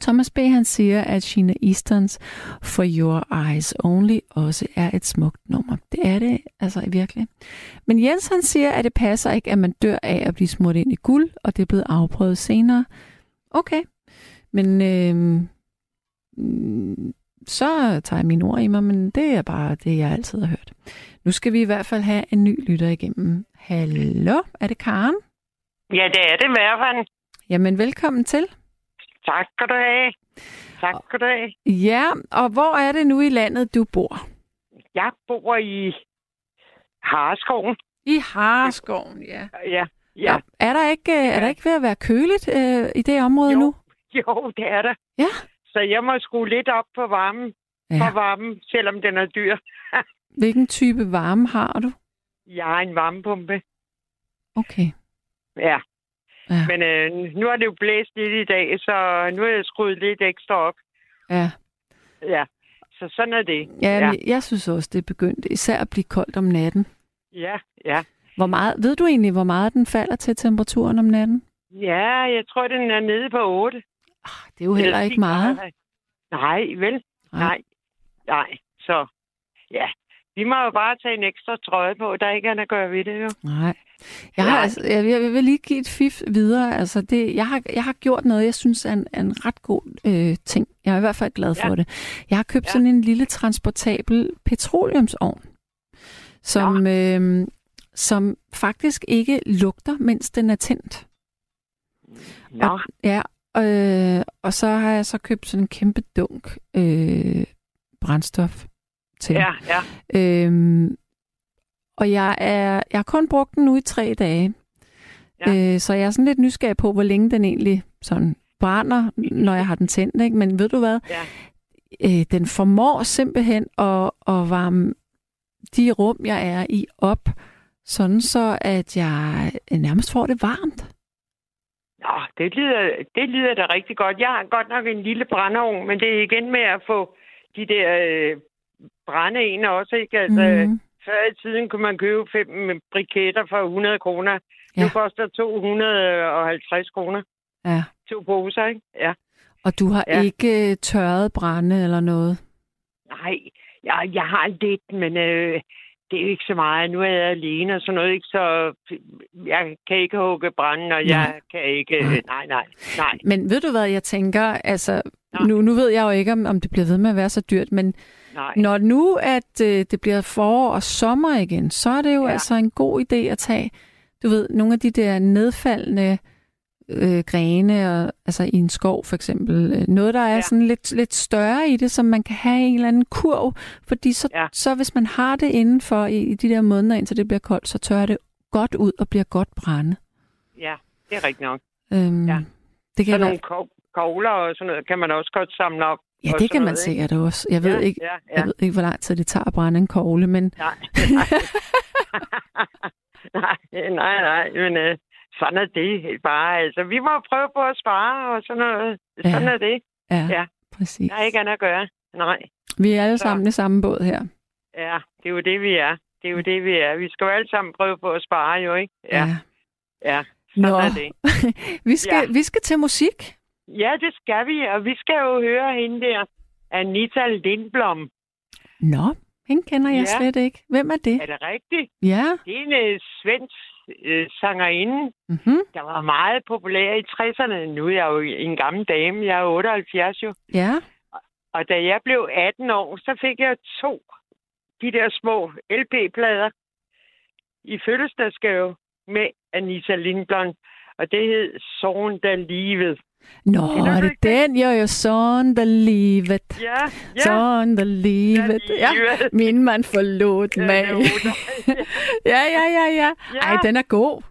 B: Thomas B. han siger, at Sheena Eastons For Your Eyes Only også er et smukt nummer. Det er det altså virkelig. Men Jens han siger, at det passer ikke, at man dør af at blive smurt ind i guld, og det er blevet afprøvet senere. Okay, men øhm, mm, så tager jeg mine ord i mig, men det er bare det, jeg altid har hørt. Nu skal vi i hvert fald have en ny lytter igennem. Hallo, er det Karen?
C: Ja, det er det i hvert fald.
B: Jamen, velkommen til.
C: Tak skal du have. Tak skal du have.
B: Ja, og hvor er det nu i landet, du bor?
C: Jeg bor i Harskoven.
B: I Harskoven, ja.
C: Ja, ja.
B: ja. Er, der ikke, øh, er der ikke ved at være køligt øh, i det område
C: Jo.
B: nu?
C: Jo, det er der.
B: Ja.
C: Så jeg må skrue lidt op på varmen. Ja.
B: Ja.
C: På varmen, selvom den er dyr.
B: Hvilken type varme har du?
C: Jeg har en varmepumpe.
B: Okay.
C: Ja.
B: Ja.
C: Men øh, nu har det jo blæst lidt i dag, så nu har jeg skruet lidt ekstra op.
B: Ja,
C: Ja. Så sådan er det.
B: ja, ja.
C: ja.
B: jeg synes også, det er begyndt især at blive koldt om natten.
C: ja, ja.
B: Hvor meget, ved du egentlig, hvor meget den falder til temperaturen om natten?
C: Ja, jeg tror, den er nede på 8.
B: Ah, det er jo heller
C: Eller
B: ikke
C: 10
B: meget.
C: grader. Nej, vel?
B: Nej.
C: Nej. Nej. Nej. Så ja, vi må jo bare tage en ekstra trøje på. Der er ikke andet at gøre ved det, jo.
B: Nej. Jeg, har,
C: Nej.
B: altså, jeg, vil- jeg vil lige give et fif videre. Altså, det, jeg, har, jeg har gjort noget, jeg synes er en, er en ret god øh, ting. Jeg er i hvert fald glad for
C: Ja.
B: det. Jeg har købt ja.
C: Ja.
B: sådan en lille transportabel petroleumsovn, som, ja. øh, som faktisk ikke lugter, mens den er tændt.
C: Nå,
B: Ja, øh, og så har jeg så købt sådan en kæmpe dunk øh, brændstof til.
C: ja, ja.
B: Øhm, og jeg, er, jeg har kun brugt den nu i tre dage. Ja.
C: Ja.
B: Øh, så jeg er sådan lidt nysgerrig på, hvor længe den egentlig sådan brænder, når jeg har den tændt. Ikke? Men ved du hvad?
C: Ja.
B: Øh, den formår simpelthen at, at varme de rum, jeg er i, op, sådan så, at jeg øh, nærmest får det varmt.
C: Nå, det lyder, det lyder da rigtig godt. Jeg har godt nok en lille brændeovn, men det er igen med at få de der øh, brænde en også, ikke? Altså, mm.
B: Mhm.
C: Før i tiden kunne man købe fem briketter for 100 kroner. Ja.
B: Ja.
C: Nu koster 250 kroner.
B: Ja.
C: To poser, ikke? Ja.
B: Og du har ja.
C: Ja.
B: ikke øh, tørret brænde eller noget?
C: Nej, jeg, jeg har lidt, men øh, det er jo ikke så meget. Nu er jeg alene og sådan noget, ikke? så jeg kan ikke hugge branden, og jeg kan ikke...
B: Nej.
C: Nej, nej, nej. nej.
B: Men ved du hvad, jeg tænker, altså,
C: Nå.
B: nu, nu ved jeg jo ikke, om, om det bliver ved med at være så dyrt, men
C: nej.
B: Når nu, at øh, det bliver forår og sommer igen, så er det jo ja.
C: Ja.
B: altså en god idé at tage, du ved, nogle af de der nedfaldende øh, grene, og, altså i en skov for eksempel. Øh, Noget, der er ja.
C: Ja.
B: sådan lidt, lidt større i det, som man kan have i en eller anden kurv, fordi så, ja.
C: Ja.
B: så hvis man har det indenfor i, i de der måneder, indtil det bliver koldt, så tørrer det godt ud og bliver godt brænde.
C: Ja, det er rigtigt nok.
B: Øhm,
C: Ja.
B: Det kan
C: Så
B: jeg,
C: nogle kog- kogler og sådan noget, kan man også godt samle op.
B: ja,
C: og
B: det kan
C: sådan
B: man
C: noget, ikke?
B: sikkert også. Jeg ved,
C: ja,
B: ikke,
C: Ja,
B: jeg
C: ja.
B: ved ikke, hvor lang tid det tager at brænde en kogle, men
C: Nej. nej, nej, nej, men øh, sådan er det bare. Altså, vi må prøve på at spare og sådan noget. Sådan
B: Ja.
C: er det.
B: ja, ja.
C: Ja.
B: præcis.
C: Der er ikke andet at gøre. Nej.
B: Vi er alle
C: Så-
B: sammen i samme båd her.
C: Ja, det er jo det, vi er. Det er jo det, vi er. Vi skal jo alle sammen prøve på at spare, jo, ikke? Ja, ja.
B: Nå,
C: sådan er det.
B: vi skal,
C: Ja.
B: vi skal til musik.
C: Ja, det skal vi, og vi skal jo høre hende der, Anita Lindblom.
B: Nå, hende kender jeg
C: Ja.
B: slet ikke. Hvem er det?
C: Er det rigtigt?
B: Ja.
C: Det er en øh, svensk øh, sangerinde,
B: Mm-hmm.
C: der var meget populær i 60'erne. Nu er jeg jo en gammel dame, jeg er 78 jo.
B: Ja.
C: Og da jeg blev 18 år, så fik jeg to de der små LP-plader i fødselsdagsgave med Anita Lindblom. Og det hed Sorgen, der livet.
B: Nå,
C: nok
B: er det
C: rigtigt.
B: den? Jo, jo, sådan der livet.
C: Ja, ja.
B: Sådan der livet. Ja,
C: livet.
B: min mand forlod
C: Den
B: mig.
C: er otte.
B: Ja, ja, ja, ja.
C: Ja.
B: Ej, den er god.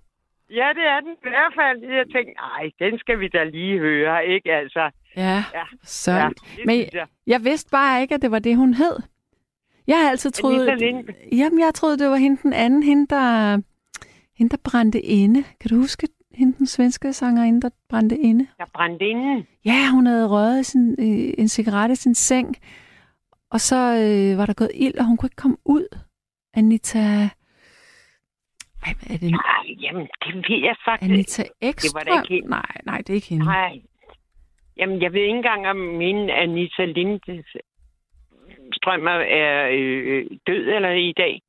C: ja, det er den i hvert fald. Jeg tænkte, nej, den skal vi da lige høre, ikke altså?
B: Ja,
C: Ja.
B: så.
C: Ja,
B: Ja.
C: det
B: Men
C: synes jeg.
B: jeg vidste bare ikke, at det var det, hun hed. Jeg har altid troet...
C: Anita Lindblom.
B: Jamen, jeg troede, det var hende den anden, hende der, hende, der brændte inde. Kan du huske hende, den svenske sangerinde, der brændte inde?
C: Der brændte inden.
B: Ja, hun havde røget sin, øh, en cigaret i sin seng, og så øh, var der gået ild, og hun kunne ikke komme ud. Anita... Ej, hvad er det?
C: Ej, jamen, det ved jeg faktisk.
B: Anita Ekstrøm?
C: det var da ikke hende.
B: Nej, nej, det er ikke hende.
C: Nej. Jamen, jeg ved ikke engang, om hende Anita Lindstrøm er er, øh, død eller i dag.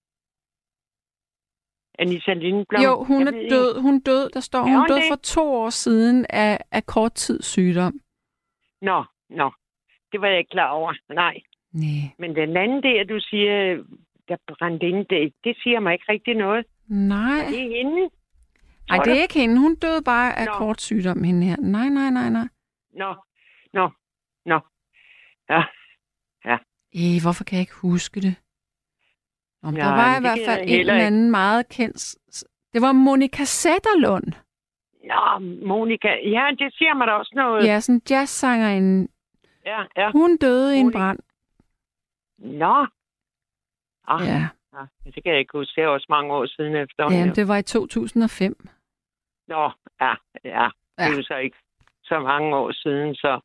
C: Anita Lindblom.
B: Jo, hun
C: Jeg
B: er
C: ved ikke.
B: død. Hun død. Der står,
C: Er
B: hun
C: hun
B: død
C: det?
B: for to år siden af, af kort tid sygdom.
C: Nå, nå. Det var jeg ikke klar over. Nej.
B: Nej.
C: Men den anden der, du siger, der brændte ind, det, det siger mig ikke rigtig noget.
B: Nej.
C: Det er hende.
B: Nej,
C: Tror
B: det
C: du?
B: er ikke hende. Hun døde bare af
C: Nå.
B: kort sygdom, hende her. Nej, nej, nej, nej.
C: Nå, nå, nå.
B: Ej, hvorfor kan jeg ikke huske det? Om der
C: Nej,
B: var
C: men
B: i
C: det
B: hvert
C: kan
B: fald
C: jeg
B: en eller
C: heller ikke.
B: anden meget kendt... s- Det var Monika Sætterlund.
C: Nå, Monika. Ja, det siger mig da også noget.
B: Ja, sådan en jazzsangerinde.
C: ja. ja.
B: Hun døde i en
C: Monika.
B: brand.
C: Nå. Ah,
B: Ja,
C: Ja, det kan jeg ikke huske. Det er også mange år siden efterhånden.
B: ja det var i 2005.
C: Nå, ja, ja. Det er jo så ikke så mange år siden, så...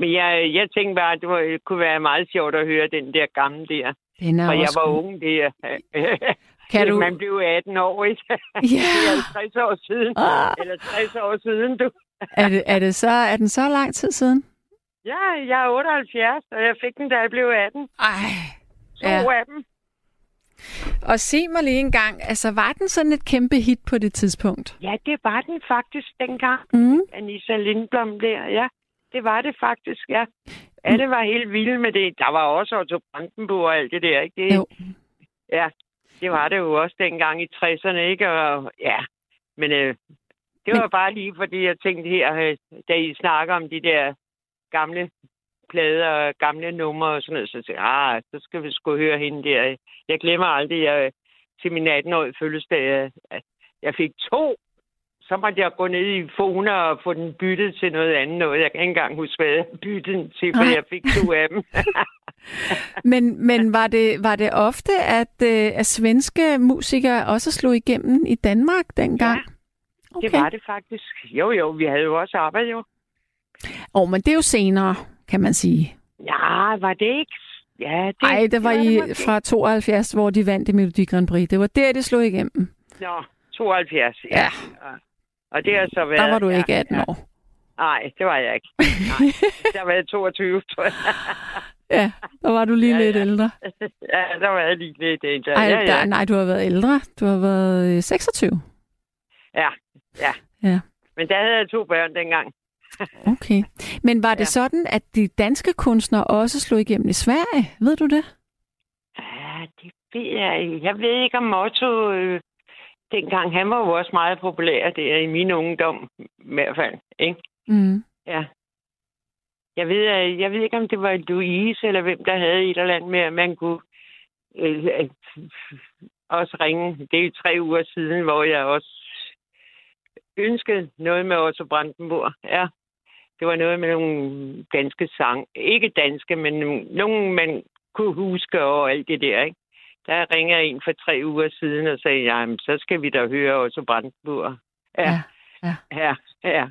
C: Men jeg, jeg tænkte bare, at det, var, det kunne være meget sjovt at høre den der gamle der.
B: Den er
C: For jeg
B: også
C: var
B: god.
C: ung der.
B: Kan du...
C: Man blev 18 år, ikke?
B: Ja.
C: Det er 50 år siden.
B: Ah.
C: Eller 60 år siden, du.
B: Er, det, er, det så, er den så lang tid siden?
C: Ja, jeg er 78, og jeg fik den, da jeg blev 18.
B: Ej.
C: To
B: Ja.
C: af dem.
B: Og se mig lige en gang. Altså, var den sådan et kæmpe hit på det tidspunkt?
C: Ja, det var den faktisk dengang.
B: Mm.
C: Anissa Lindblom der, ja. Det var det faktisk, ja. Alle var helt vilde med det. Der var også Otto Brandenburg og alt det der, ikke? Det,
B: Jo.
C: Ja, det var det jo også dengang i 60'erne, ikke? Og, ja, men øh, det var bare lige fordi, jeg tænkte her, øh, da I snakker om de der gamle plader og gamle numre og sådan noget, så tænkte jeg, ah, så skal vi sgu høre hende der. Jeg glemmer aldrig, jeg, til min 18-årige fødselsdag, jeg, jeg fik to så måtte jeg gå ned i Fona og få den byttet til noget andet noget. Jeg kan ikke engang huske, hvad jeg byttede den til, for
B: Nej.
C: jeg fik to af dem.
B: Men, men var, det, var det ofte, at, øh, at svenske musikere også slog igennem i Danmark dengang? Ja,
C: Okay. Det var det faktisk. Jo, jo, vi havde jo også arbejde jo.
B: Og, men det er jo senere, kan man sige.
C: Ja, var det ikke? Ja, det,
B: Nej, det, var i
C: måske.
B: fra 72, hvor de vandt i Melodi Grand Prix. Det var der, det slog igennem.
C: Nå, 72. Ja.
B: Ja,
C: Og det har så været...
B: der var du
C: ja,
B: ikke 18 år.
C: Nej, det var jeg ikke. Nej, der var jeg 22, tror jeg.
B: Ja, der var du lige
C: Ja,
B: lidt
C: ja.
B: ældre.
C: Ja, der var jeg lige lidt ældre.
B: Ej,
C: ja,
B: der,
C: ja.
B: nej, du har været ældre. Du har været øh, 26.
C: ja, ja.
B: Ja.
C: Men der havde jeg to børn dengang.
B: Okay. Men var det
C: Ja.
B: sådan, at de danske kunstnere også slog igennem i Sverige? Ved du det?
C: Ja, det ved jeg ikke. Jeg ved ikke om Otto... Øh, dengang, han var jo også meget populær der i min ungdom, i hvert fald. Ikke?
B: Mm.
C: Ja. Jeg ved, øh, jeg ved ikke, om det var Louise eller hvem, der havde et eller andet med, at man kunne øh, øh, også ringe. Det er tre uger siden, hvor jeg også ønskede noget med Otto Brandenburg. Ja. Det var noget med nogle danske sang. Ikke danske, men nogle- nogle, man kunne huske og alt det der, ikke? Der ringer en for tre uger siden og sagde, jamen, så skal vi da høre Otto Brandenburg.
B: Ja,
C: Ja,
B: ja.
C: ja, ja. ja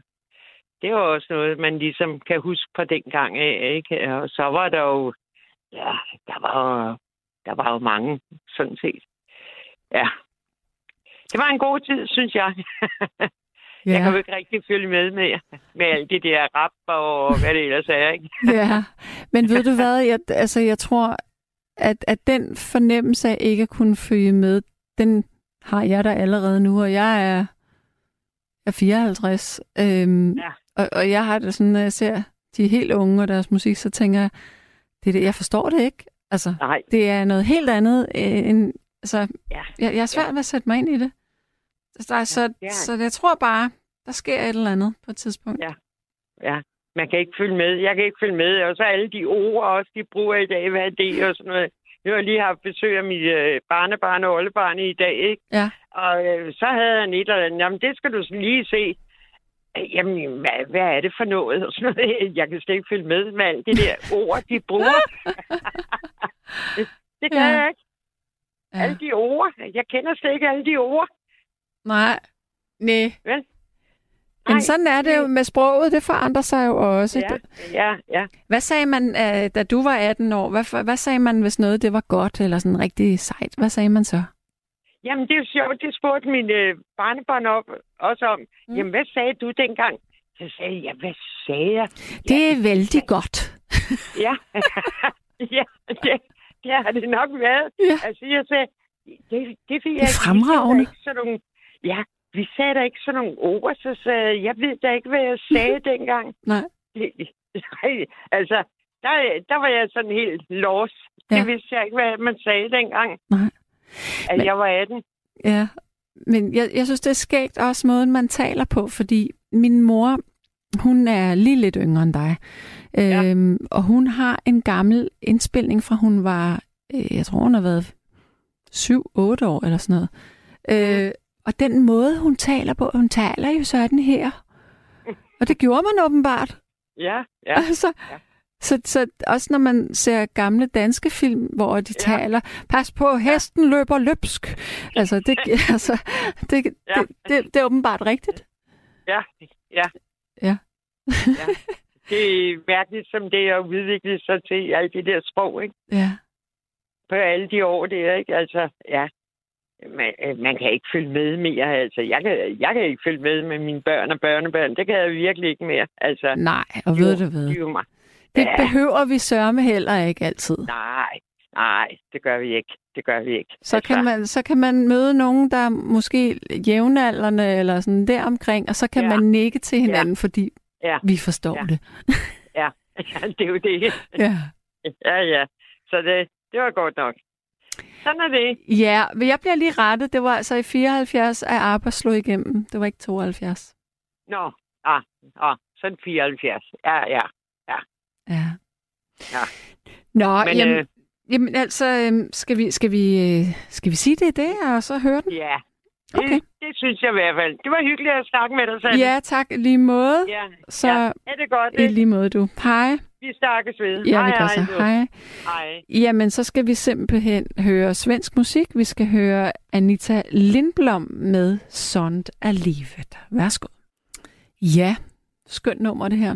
C: det var også noget, man ligesom kan huske fra den gang af, ikke? Og så var der jo, ja, der var jo, der var jo mange, sådan set. Ja. Det var en god tid, synes jeg. Ja. Jeg kan jo ikke rigtig følge med med, med alt det der rap og hvad det ellers er, ikke?
B: ja, men ved du hvad, jeg, altså jeg tror, at, at den fornemmelse af ikke at kunne følge med, den har jeg da allerede nu, og jeg er, er 54. Øhm, ja. og, og jeg har det sådan, når jeg ser de helt unge og deres musik, så tænker jeg, det er det, jeg forstår det ikke. Altså,
C: Nej.
B: det er noget helt andet øh, end... Altså,
C: Ja.
B: jeg, jeg er svært
C: Ja.
B: ved at sætte mig ind i det. Så, der, så,
C: det er
B: så jeg tror bare, der sker et eller andet på et tidspunkt.
C: Ja. Man kan ikke følge med. Jeg kan ikke følge med. Og så alle de ord også, de bruger i dag, hvad er det og sådan noget. Nu har jeg lige haft besøg af mit øh, barnebarn og oldebarn i dag, ikke?
B: Ja.
C: Og øh, så havde han et eller andet. Jamen, det skal du lige se. Øh, Jamen, hvad, hvad er det for noget? Og sådan noget. Jeg kan slet ikke følge med med alt det der ord, de bruger. det kan
B: Ja.
C: ja. jeg ikke.
B: Ja.
C: Alle de ord. Jeg kender slet ikke alle de ord.
B: Nej. Nej.
C: Vel?
B: Men
C: Nej,
B: sådan er det jo med sproget, det forandrer sig jo også.
C: Ja, ja, ja.
B: Hvad sagde man, øh, da du var 18 år? Hvad, for- hvad sagde man, hvis noget det var godt eller sådan rigtig sejt? Hvad sagde man så?
C: Jamen, det er jo sjovt. Det spurgte mine øh, barnebarn op, også om. Mm. Jamen, hvad sagde du dengang? Så sagde jeg, hvad sagde jeg?
B: Det er vældig godt.
C: Ja, ja det, det har det nok været.
B: Ja.
C: Altså, jeg sagde, det, det fik
B: Det er
C: jeg ikke. Vi sagde da
B: fremragende.
C: ikke sådan nogle, ja, vi sagde da ikke sådan nogle ord, så sagde jeg, jeg ved da ikke, hvad jeg sagde dengang.
B: Nej.
C: Det- Nej, altså, der, der var jeg sådan helt lost. Ja.
B: Ja.
C: Det vidste jeg ikke, hvad man sagde dengang,
B: Nej.
C: at
B: Men-
C: Men... jeg var 18.
B: Ja. Men jeg, jeg synes, det er skægt også måden, man taler på, fordi min mor, hun er lige lidt yngre end dig.
C: Ja.
B: Øhm, og hun har en gammel indspilning fra, hun var, øh, jeg tror, hun har været 7-8 år eller sådan noget. Øh, og den måde, hun taler på, hun taler jo sådan her. Og det gjorde man åbenbart.
C: Ja, ja.
B: Altså,
C: Ja.
B: så, så også når man ser gamle danske film, hvor de ja.
C: Ja.
B: taler, pas på, hesten ja. løber løbsk. Altså, det, altså det,
C: Ja.
B: det, det, det er åbenbart rigtigt.
C: Ja, ja.
B: Ja.
C: ja. Det er mærkeligt, som det har udviklet sig til, alt det der sprog, ikke?
B: Ja.
C: På alle de år der, ikke? Altså, ja. Man, øh, man kan ikke følge med mere, altså. Jeg kan, jeg kan ikke følge med med mine børn og børnebørn. Det kan jeg virkelig ikke mere, altså.
B: Nej, og ved
C: de-
B: du hvad?
C: de er jo mig.
B: Det
C: Ja.
B: behøver vi sørme heller ikke altid.
C: Nej, nej, det gør vi ikke. Det gør vi ikke. Altså,
B: Så kan, man, så kan man møde nogen, der er måske jævnaldrende eller sådan der omkring, og så kan ja.
C: Ja.
B: man nikke til hinanden, ja. fordi
C: Ja.
B: vi forstår
C: Ja.
B: det.
C: Ja, ja det er jo det.
B: Ja.
C: Ja, ja. Så det, det var godt nok. Sådan er det.
B: Ja, men jeg bliver lige rettet. Det var altså i 74, at ABBA slog igennem. Det var ikke 72.
C: Nå, ah, ah, sådan 74. Ja, ja.
B: Ja.
C: Ja.
B: Nå,
C: Men,
B: jamen,
C: øh,
B: jamen altså, øhm, skal vi, skal, vi, øh, skal vi sige det er det, og så høre den?
C: Ja, det,
B: Okay.
C: okay. det synes jeg i hvert fald. Det var hyggeligt at snakke med dig, Sande.
B: Ja, tak. I Lige måde.
C: ja.
B: Så
C: ja. Ha' det godt.
B: i
C: Ikke?
B: lige måde, du. Hej.
C: Vi snakkes ved.
B: Ja, vi gør så.
C: du.
B: Hej.
C: Hej.
B: Jamen, så skal vi simpelthen høre svensk musik. Vi skal høre Anita Lindblom med Sondt er livet. Værsgo. Ja, skønt nummer det her.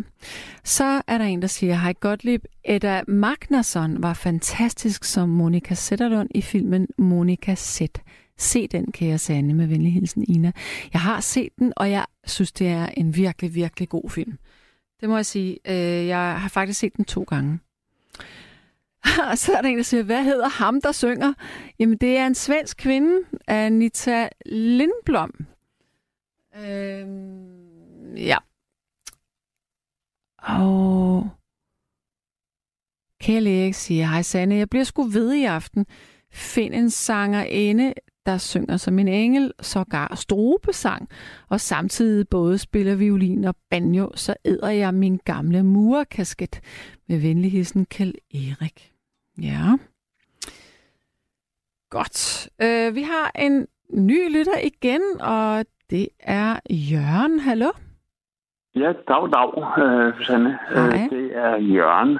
B: Så er der en, der siger, Hej Gottlieb, Edda Magnusson var fantastisk som Monika Sætterlund i filmen Monika Z. Se den, kære Sande, med venlig hilsen, Ina. Jeg har set den, og jeg synes, det er en virkelig, virkelig god film. Det må jeg sige. Øh, Jeg har faktisk set den to gange. Og så er der en, der siger, hvad hedder ham, der synger? Jamen, det er en svensk kvinde, Anita Lindblom. Øhm, ja. Og Kjell Erik siger, hej Sanne, jeg bliver sgu ved i aften. Find en sangerinde, der synger som en engel, sågar strobesang, og samtidig både spiller violin og banjo, så æder jeg min gamle murerkasket. Med venlig hilsen, Kjell Erik. Ja. Godt. Øh, vi har en ny lytter igen, og det er Jørgen. Hallo?
E: Ja, dag, dag, øh, Susanne.
B: Hej.
E: Øh, det er Jørgen.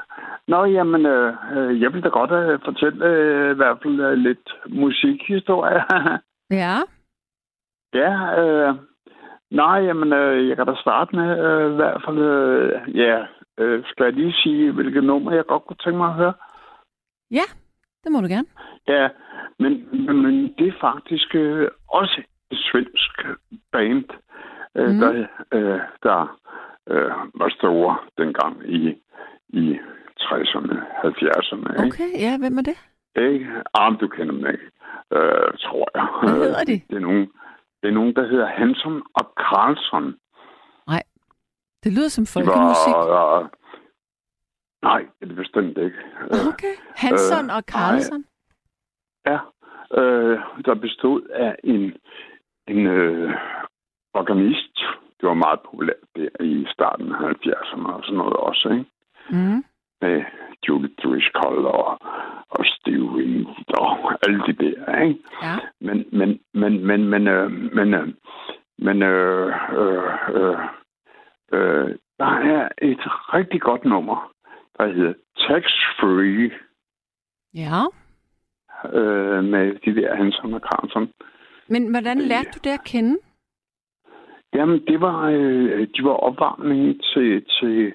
E: Nå, jamen, øh, øh, jeg vil da godt øh, fortælle øh, i hvert fald øh, lidt musikhistorie.
B: Ja.
E: ja, øh, nej, jamen, øh, jeg kan da starte med øh, i hvert fald, øh, ja, øh, skal jeg lige sige, hvilket nummer jeg godt kunne tænke mig at høre?
B: Ja, det må du gerne.
E: Ja, men, men det er faktisk øh, også et svensk band. øh,
B: Mm.
E: mm. der, øh, der øh, var store dengang i, i 60'erne, 70'erne. Ikke?
B: Okay, ja, hvem er det?
E: Ikke? Ah, du kender dem ikke, øh, tror jeg. Øh,
B: Hvad hedder de?
E: Det er nogen, det er nogen, der hedder Hanson og Carlson.
B: Det lyder som
E: De
B: folkemusik.
E: øh, nej, det er det bestemt ikke. Øh,
B: Okay, Hanson og Carlson.
E: Ja, øh, der bestod af en, en øh, organist. Det var meget populært der i starten af 70'erne og sådan noget også, ikke?
B: Mm.
E: Med Julie Driscoll og, og Steve Wind og alle de der, ikke?
B: Ja.
E: Men, men, men, men, men, øh, men, øh, men, øh, øh, øh, øh, der er et rigtig godt nummer, der hedder Tax Free
B: ja.
E: øh, med de der Hansen og Carlson.
B: Men hvordan
E: Øh,
B: lærte du det at kende?
E: Jamen, det var, øh, de var opvarmning til, til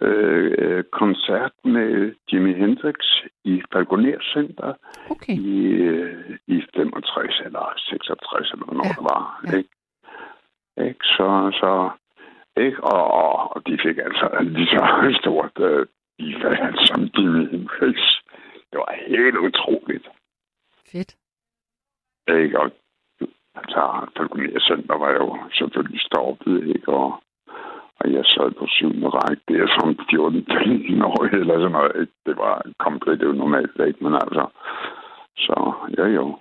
E: øh, øh, koncert med Jimi Hendrix i Falconer Center
B: Okay.
E: i, øh, i 65 eller 66 eller hvornår
B: Ja,
E: ja. det var.
B: ja.
E: Ja. Ikke? Ikke? Så, så, ikke? Og, og, og de fik altså lige så stort øh, bifald som Jimi Hendrix. Det var helt utroligt.
B: Fedt.
E: Ikke? Og altså, Falconer Center var jo selvfølgelig stoppet, ikke? Og, og jeg sad på syvende række der som 14-15 år eller sådan noget. ikke? Det var komplet unormalt, ikke? Men altså, så ja jo.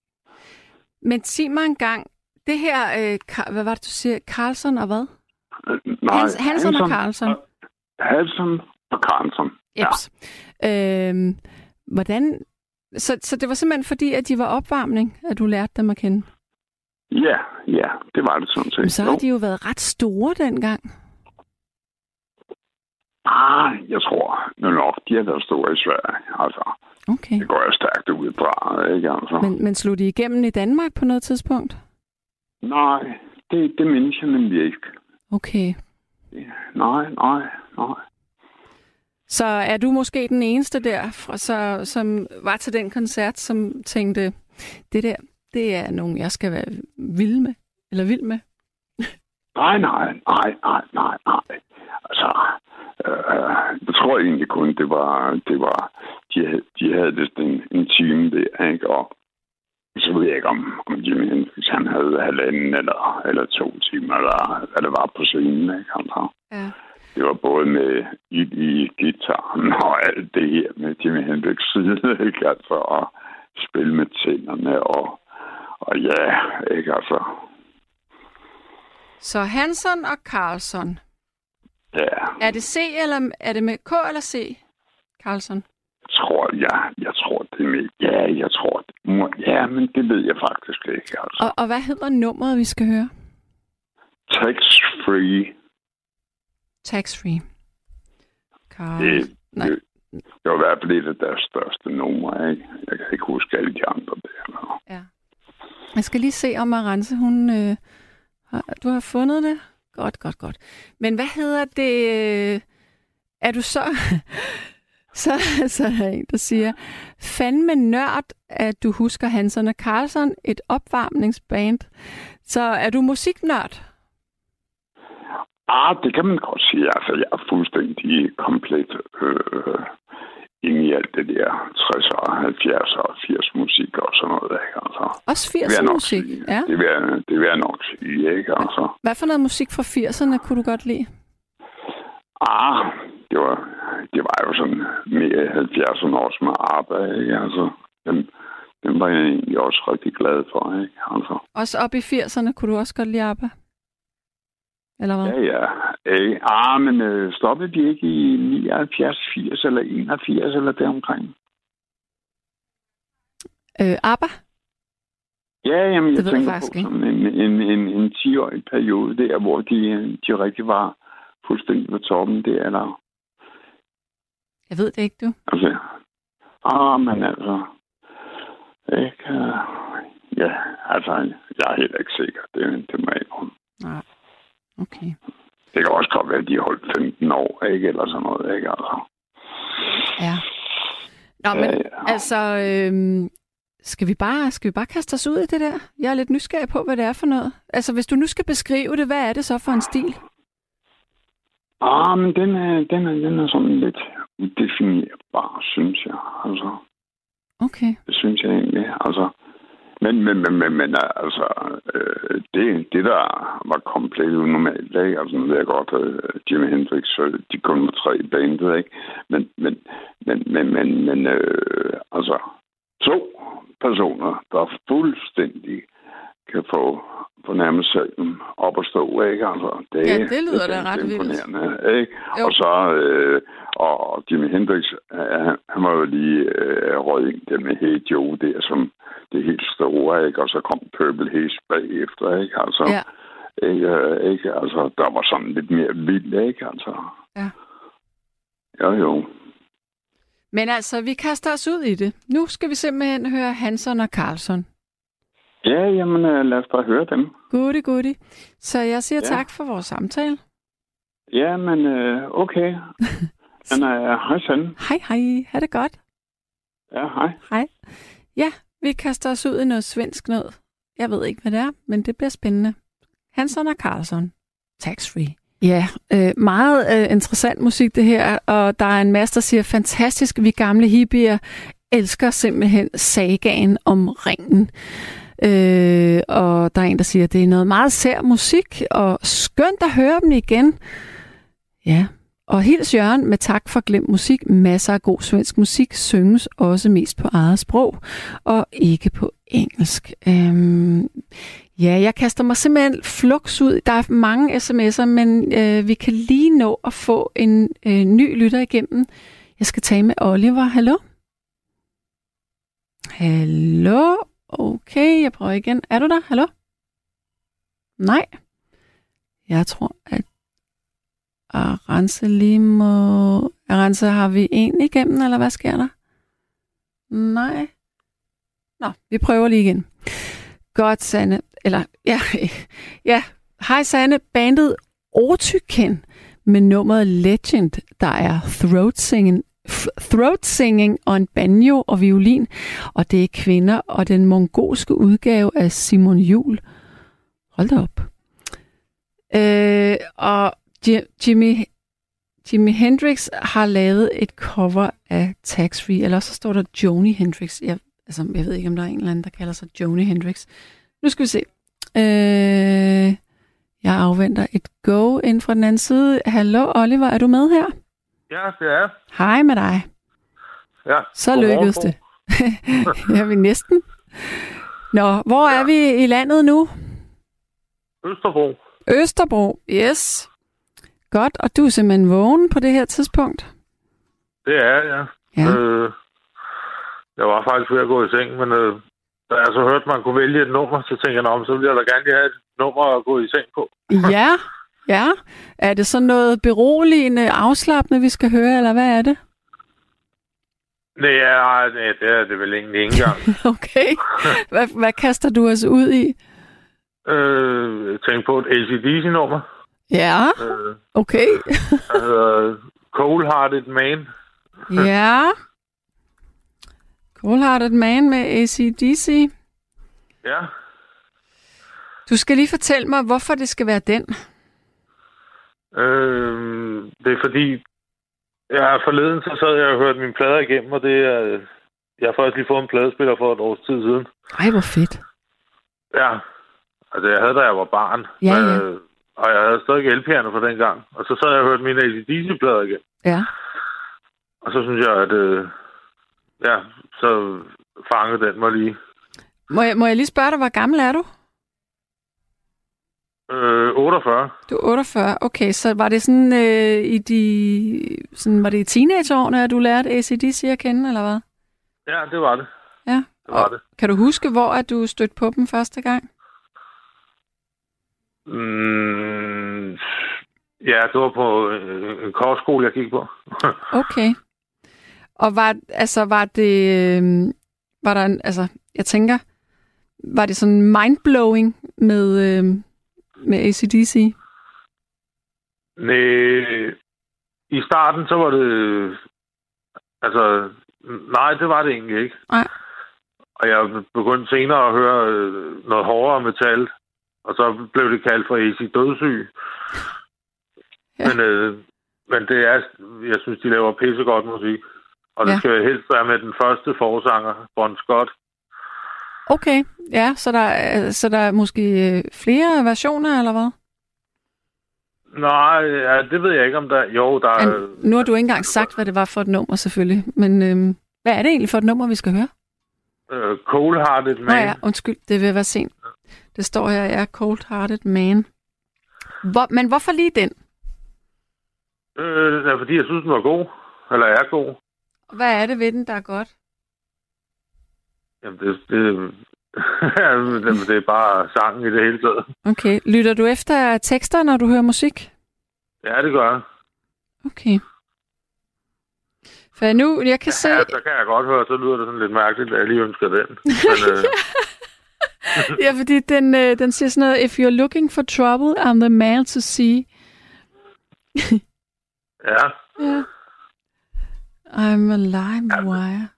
B: Men sig mig engang, det her, øh, Ka- hvad var det, du siger? Carlson og hvad?
E: Nej,
B: Hans, Hanson og Carlson.
E: Hansen og Carlson. ja.
B: Eps. Øhm, hvordan... Så, så det var simpelthen fordi, at de var opvarmning, at du lærte dem at kende?
E: Ja, ja, det var det sådan
B: Men
E: set.
B: så
E: Øh, Jo.
B: har de jo været ret store dengang.
E: Ah, jeg tror nu nok, de har været store i Sverige. Altså,
B: Okay.
E: det går jeg stærkt ud fra, ikke altså?
B: Men, men slog de igennem i Danmark på noget tidspunkt?
E: Nej, det, det mindes jeg nemlig ikke.
B: Okay.
E: Nej, nej, nej.
B: Så er du måske den eneste der, fra, så, som var til den koncert, som tænkte, det der, det er nogen, jeg skal være vild med. Eller vild med.
E: Nej, nej, nej, nej, nej, nej. Altså, øh, jeg tror egentlig kun, det var, det var de, havde- de havde vist en, en time der, ikke? Og så ved jeg ikke, om, om Jimmy Hendrix, han havde halvanden eller, eller to timer, eller hvad det var på scenen, ikke? Altså,
B: Ja.
E: det var både med i, i gitaren og alt det her med Jimi Hendrix side, ikke? Altså, og spille med tænderne, og, og ja, ikke? Altså,
B: Så Hanson og Carlson.
E: ja.
B: Er det C eller er det med K eller C? Carlson.
E: tror jeg, jeg tror det med, ja, jeg tror det må, ja, men det ved jeg faktisk ikke, altså.
B: Og, og hvad hedder nummeret, vi skal høre?
E: Tax free,
B: Tax Free. Carl...
E: det,
B: Ah, nej.
E: det, det var i hvert fald et af deres største numre, ikke? Jeg kan ikke huske alle de andre der. men-
B: Ja. Jeg skal lige se, om Arance, hun... Øh, har, du har fundet det? Godt, godt, godt. Men hvad hedder det... øh, Er du så... så, så er der en, der siger, fandme nørd, at du husker Hansen og Carlson, et opvarmningsband. Så er du musiknørd?
E: Ah, det kan man godt sige. Altså, jeg er fuldstændig komplet øh, inde i alt det der 60'er, 70'er og 80 musik og sådan noget, ikke? Altså,
B: Også
E: det vil jeg
B: 80'er
E: nok
B: musik?
E: sige.
B: Ja.
E: Det, vil jeg, det vil jeg nok sige, ikke? Altså,
B: Hvad for noget musik fra 80'erne kunne du godt lide?
E: Ah, det var, det var jo sådan mere i 70'erne også med arbejde, ikke? Altså, dem, dem var jeg egentlig også rigtig glad for, ikke? Altså,
B: Også op i 80'erne kunne du også godt lide ABBA? Eller hvad?
E: ja, ja. Ikke? Ah, men øh, stoppede de ikke i 79, 80 eller 81 eller deromkring?
B: Øh, ABBA?
E: Ja, jamen,
B: Det
E: jeg
B: ved jeg
E: tænker
B: faktisk
E: på
B: ikke.
E: sådan en, en, en, en 10-årig periode der, hvor de, øh, de rigtig var fuldstændig på toppen der, eller...
B: Jeg ved det ikke, du.
E: Altså, ah, men altså, ikke, øh, ja, altså, jeg er heller ikke sikker, det, det må jeg ikke.
B: Nej. Okay.
E: Det kan også godt være, at de holdt 15 år, ikke, eller sådan noget, ikke, altså.
B: Ja. Nå, Ah, men
E: Ja, ja.
B: altså, øhm, Skal vi, bare, skal vi bare kaste os ud i det der? Jeg er lidt nysgerrig på, hvad det er for noget. Altså, hvis du nu skal beskrive det, hvad er det så for en stil?
E: Ah, men den er, den er, den er sådan lidt udefinerbar, synes jeg. Altså,
B: Okay.
E: det synes jeg egentlig. Altså, men, men, men, men, men altså, øh, det, det der var komplet unormalt, ikke? Altså, nu ved jeg godt, at Jimi Hendrix, øh, de kun var tre i bandet, ikke? Men, men, men, men, men, men øh, altså, to personer, der fuldstændig kan få fornærmelse salmen op at stå, ikke? Altså, det,
B: Ja, det lyder da
E: er
B: ret vildt.
E: imponerende, Ikke?
B: Jo.
E: Og så, øh, og Jimi Hendrix, øh, han- han var jo lige øh, røget ind der med Hey Joe der, som det helt store, ikke? Og så kom Purple Haze bagefter, ikke? Altså,
B: Ja.
E: ikke, øh, ikke? Altså, der var sådan lidt mere vildt, ikke? Altså,
B: Ja.
E: Jo, jo.
B: Men altså, vi kaster os ud i det. Nu skal vi simpelthen høre Hansen og Carlson.
E: Ja, jamen, øh, lad os bare høre dem.
B: Goody, goody. Så jeg siger ja.
E: Ja.
B: tak for vores samtale.
E: Ja, men øh, okay. Men, øh, hej, Sande.
B: Hej, hej. Ha' det godt.
E: Ja, hej.
B: Hej. Ja, vi kaster os ud i noget svensk noget. Jeg ved ikke, hvad det er, men det bliver spændende. Hansen og Carlson. Tax free. Ja, øh, meget øh, interessant musik det her, og der er en masse, der siger, fantastisk, vi gamle hippier elsker simpelthen sagaen om ringen. Øh, og der er en, der siger, det er noget meget sær musik, og skønt at høre dem igen. Ja, og hils Jørgen med tak for glemt musik. Masser af god svensk musik synges også mest på eget sprog, og ikke på engelsk. Øhm, ja, jeg kaster mig simpelthen flux ud. Der er mange sms'er, men øh, vi kan lige nå at få en øh, ny lytter igennem. Jeg skal tale med Oliver. Hallo? Hallo? Okay, jeg prøver igen. Er du der? Hallo? Nej. Jeg tror, at Arance lige må... Arance, har vi en igennem, eller hvad sker der? Nej. Nå, vi prøver lige igen. Godt, Sanne. Eller, ja, ja. Hej, Sanne. Bandet Otyken med nummeret Legend, der er throat singing, f- throat singing og en banjo og violin. Og det er kvinder og den mongolske udgave af Simon Jul. Hold da op. Øh, og Ji- Jimmy, Jimi Hendrix har lavet et cover af Tax Free, eller også så står der Joni Hendrix. Jeg, altså, jeg ved ikke, om der er en eller anden, der kalder sig Joni Hendrix. Nu skal vi se. Øh, jeg afventer et go ind fra den anden side. Hallo Oliver, er du med her?
F: Ja, det er jeg.
B: Hej med dig.
F: Ja.
B: Så
F: godmorgen,
B: lykkedes
F: Bo.
B: det. ja, vi næsten. Nå, hvor ja. er vi i landet nu?
F: Østerbro.
B: Østerbro, yes. Godt, og du er simpelthen vågen på det her tidspunkt.
F: Det er jeg.
B: Ja.
F: Øh, jeg var faktisk ved at gå i seng, men øh, da jeg så hørte, at man kunne vælge et nummer, så tænkte jeg, "Nå, men så ville jeg da gerne lige have et nummer at gå i seng på.
B: Ja, ja. Er det sådan noget beroligende, afslappende, vi skal høre, eller hvad er det?
F: Nej, ja, nej, det er det vel egentlig ikke engang.
B: Okay. Hvad, hvad kaster du os ud i?
F: øh, jeg tænkte på et ACDC-nummer,
B: Ja,
F: øh,
B: okay.
F: der hedder Cold Hearted Man.
B: Ja. Cold Hearted Man med ACDC.
F: Ja,
B: Du skal lige fortælle mig, hvorfor det skal være den.
F: øh, det er fordi, ja, forleden så sad jeg og hørte mine plader igennem, og det er, øh, jeg har faktisk lige fået en pladespiller for et års tid siden.
B: Ej, hvor fedt.
F: Ja. Altså, jeg havde, da jeg var barn.
B: Ja, ja.
F: Øh, og jeg havde stadig LP'erne fra dengang. Og så sad jeg og hørte mine ACDC-plader igen.
B: Ja.
F: Og så synes jeg, at... Øh, ja, så fangede den mig lige.
B: Må jeg, må jeg lige spørge dig, hvor gammel er du?
F: Øh, 48.
B: Du er 48. Okay, så var det sådan øh, i de sådan var det i teenageårene, at du lærte ACDC at kende eller hvad?
F: Ja, det var det.
B: Ja.
F: Det var
B: Og
F: det.
B: Kan du huske hvor at du stødte på dem første gang?
F: Mm, ja, det var på øh, en korskole, jeg gik på.
B: Okay. Og var altså var det øh, var der en, altså jeg tænker var det sådan mindblowing med øh, med ACDC?
F: Næh, I starten, så var det... Altså, nej, det var det egentlig ikke.
B: Nej.
F: Og jeg begyndte senere at høre øh, noget hårdere metal, og så blev det kaldt for AC Dødssyg.
B: Ja.
F: Ja. Men, øh, men det er, jeg synes, de laver pissegodt musik. Og det
B: Ja.
F: ja. skal helst være med den første forsanger, Bon Scott.
B: Okay, ja, så der, er- så der er måske øh, flere versioner, eller hvad?
F: Nej, ja, det ved jeg ikke, om der... Jo, der er...
B: Øh, nu har du ikke engang sagt, hvad det var for et nummer, selvfølgelig. Men øhm, hvad er det egentlig for et nummer, vi skal høre?
F: Øh, Cold-Hearted Man.
B: Nå ja, undskyld, det vil være sent. Det står her, jeg er cold-hearted man. Hvor, men hvorfor lige den?
F: Øh, ja, fordi jeg synes, den var god. Eller er god.
B: Hvad er det ved den, der er godt?
F: Jamen, det, det, Jamen, det er bare sangen i det hele taget.
B: Okay, lytter du efter tekster, når du hører musik?
F: Ja, det gør jeg.
B: Okay. For nu, jeg kan se...
F: Ja, så kan jeg godt høre, så lyder det sådan lidt mærkeligt, at jeg lige ønsker den. Men, øh,
B: Ja, fordi den, øh, den siger sådan noget, If you're looking for trouble, I'm the man to see.
F: ja,
B: Ja. I'm a lime wire.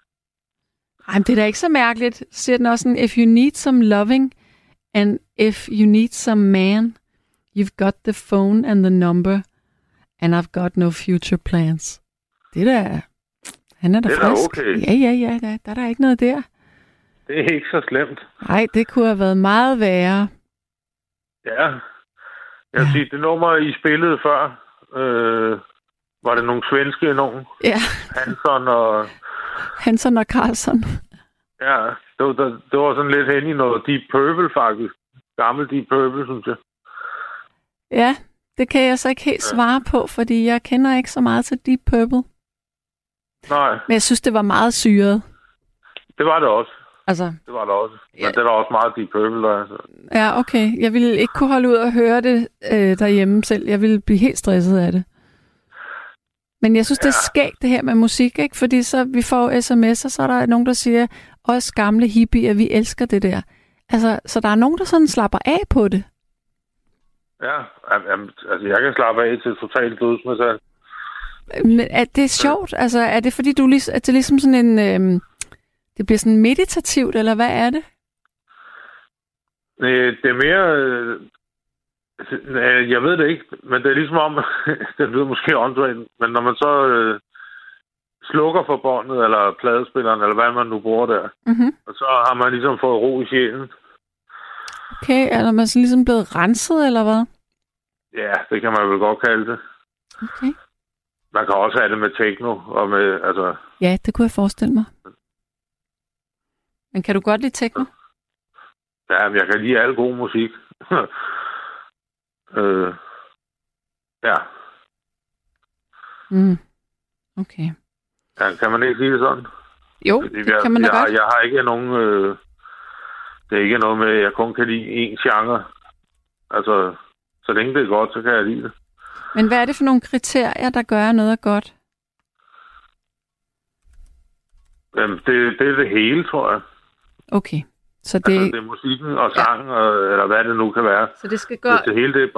B: Ej, men det er da ikke så mærkeligt. Så siger den også sådan, if you need some loving, and if you need some man, you've got the phone and the number, and I've got no future plans. Det der, han er da
F: Det er da
B: frisk.
F: okay.
B: Ja, ja, ja, der, der er der ikke noget der.
F: det er ikke så slemt.
B: Nej, det kunne have været meget værre.
F: Ja. Jeg vil sige, det nummer, I spillede før, øh, var det nogle svenske nogen?
B: Ja,
F: Hanson og...
B: Hansen og Carlson.
F: Ja, det var, det, det var sådan lidt hen i noget Deep Purple, faktisk. Gammel Deep Purple, synes jeg.
B: Ja, det kan jeg så ikke helt svare på, fordi jeg kender ikke så meget til Deep Purple.
F: Nej,
B: Men jeg synes, det var meget syret.
F: det var det også.
B: Altså,
F: Det var det også. Men
B: Ja.
F: ja. det er der også meget Deep Purple, der er, så.
B: ja, okay. Jeg ville ikke kunne holde ud og høre det øh, derhjemme selv. Jeg ville blive helt stresset af det. Men jeg synes, ja. det er skægt, det her med musik, ikke? Fordi så vi får sms'er, så er der nogen, der siger, os gamle hippier, vi elsker det der. Altså, så der er nogen, der sådan slapper af på det.
F: Ja, am- am- altså jeg kan slappe af til totalt dødsmetal.
B: Men er det sjovt? Altså, er det fordi, du lig- at det er ligesom sådan en... Øh, det bliver sådan meditativt, eller hvad er det?
F: Øh, Det er mere... øh, øh, Jeg ved det ikke, men det er ligesom om... det lyder måske åndssvagt, men når man så øh, slukker for båndet, eller pladespilleren, eller hvad man nu bruger der,
B: Mm-hmm.
F: og så har man ligesom fået ro i sjælen.
B: Okay, er man så ligesom blevet renset, eller hvad?
F: Ja, det kan man vel godt kalde det.
B: Okay.
F: Man kan også have det med techno, og med... Altså,
B: Ja, det kunne jeg forestille mig. Men kan du godt lide techno?
F: ja, men jeg kan lide al god musik. øh, ja,
B: Mm. Okay.
F: ja, kan man ikke sige det sådan?
B: Jo,
F: Fordi
B: det kan man da
F: jeg,
B: godt.
F: Jeg har ikke nogen... Øh, det er ikke noget med, at jeg kun kan lide én genre. Altså, så længe det er godt, så kan jeg lide det.
B: Men hvad er det for nogle kriterier, der gør at noget er godt?
F: Jamen, det, det er det hele, tror jeg.
B: Okay, så
F: Det... Altså,
B: det,
F: det er musikken og sangen, ja. og, eller hvad det nu kan være.
B: så det skal gå,
F: Hvis det, hele, det,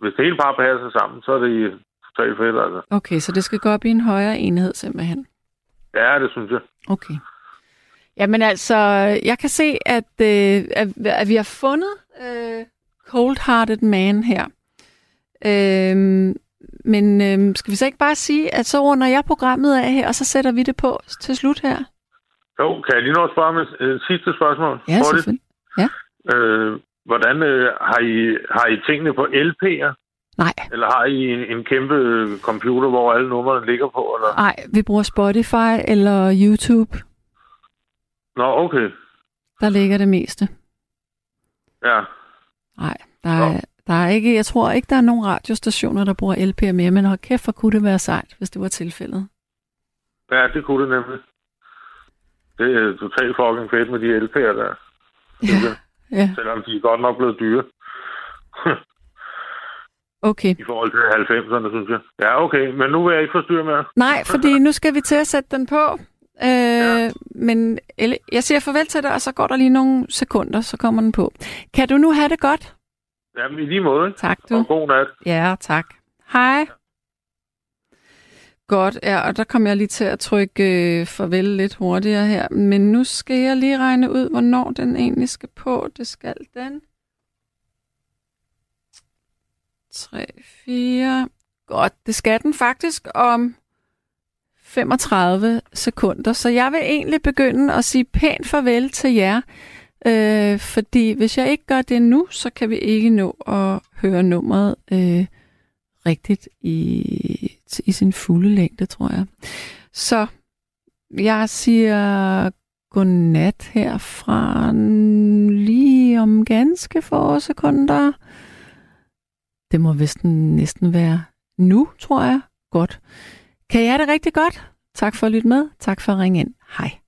F: hvis det hele bare passer sammen, så er det totalt fedt, altså.
B: okay, så det skal gå op i en højere enhed simpelthen.
F: Ja, det synes jeg.
B: Okay. Jamen altså, jeg kan se, at, øh, at, at vi har fundet øh, Cold-Hearted Man her. Øhm, men øhm, skal vi så ikke bare sige, at så runder jeg programmet af her, og så sætter vi det på til slut her?
F: Jo, kan jeg lige nå at spørge med øh, sidste spørgsmål?
B: Ja,
F: Hurtigt.
B: selvfølgelig.
F: Øh, hvordan øh, har, I, har I tingene på LP'er?
B: Nej,
F: Eller har I en, en kæmpe øh, computer, hvor alle numrene ligger på? Eller?
B: nej, vi bruger Spotify eller YouTube.
F: Nå, okay.
B: Der ligger det meste.
F: Ja.
B: Nej, der er, der er ikke, jeg tror ikke, der er nogen radiostationer, der bruger LP mere, men hold kæft, hvor kunne det være sejt, hvis det var tilfældet.
F: ja, det kunne det nemlig. Det er totalt fucking fedt med de LP'er der.
B: Ja, ja.
F: Selvom de er godt nok blevet dyre
B: okay.
F: i forhold til 90'erne, synes jeg. Ja, okay. Men nu vil jeg ikke forstyrre mere.
B: Nej, fordi nu skal vi til at sætte den på. Øh, ja. Men Elle, jeg siger farvel til dig, og så går der lige nogle sekunder, så kommer den på. Kan du nu have det godt?
F: Jamen, i lige måde.
B: Tak, du.
F: Og god nat.
B: Ja, tak. Hej. Godt, ja, og der kom jeg lige til at trykke øh, farvel lidt hurtigere her. Men nu skal jeg lige regne ud, hvornår den egentlig skal på. Det skal den. 3, 4. Godt, det skal den faktisk om 35 sekunder. Så jeg vil egentlig begynde at sige pænt farvel til jer. Øh, fordi hvis jeg ikke gør det nu, så kan vi ikke nå at høre nummeret øh, rigtigt i, i sin fulde længde, tror jeg. Så jeg siger godnat herfra lige om ganske få sekunder. Det må vist næsten være nu, tror jeg. Godt. Kan jeg det rigtig godt? Tak for at lytte med. Tak for at ringe ind. Hej.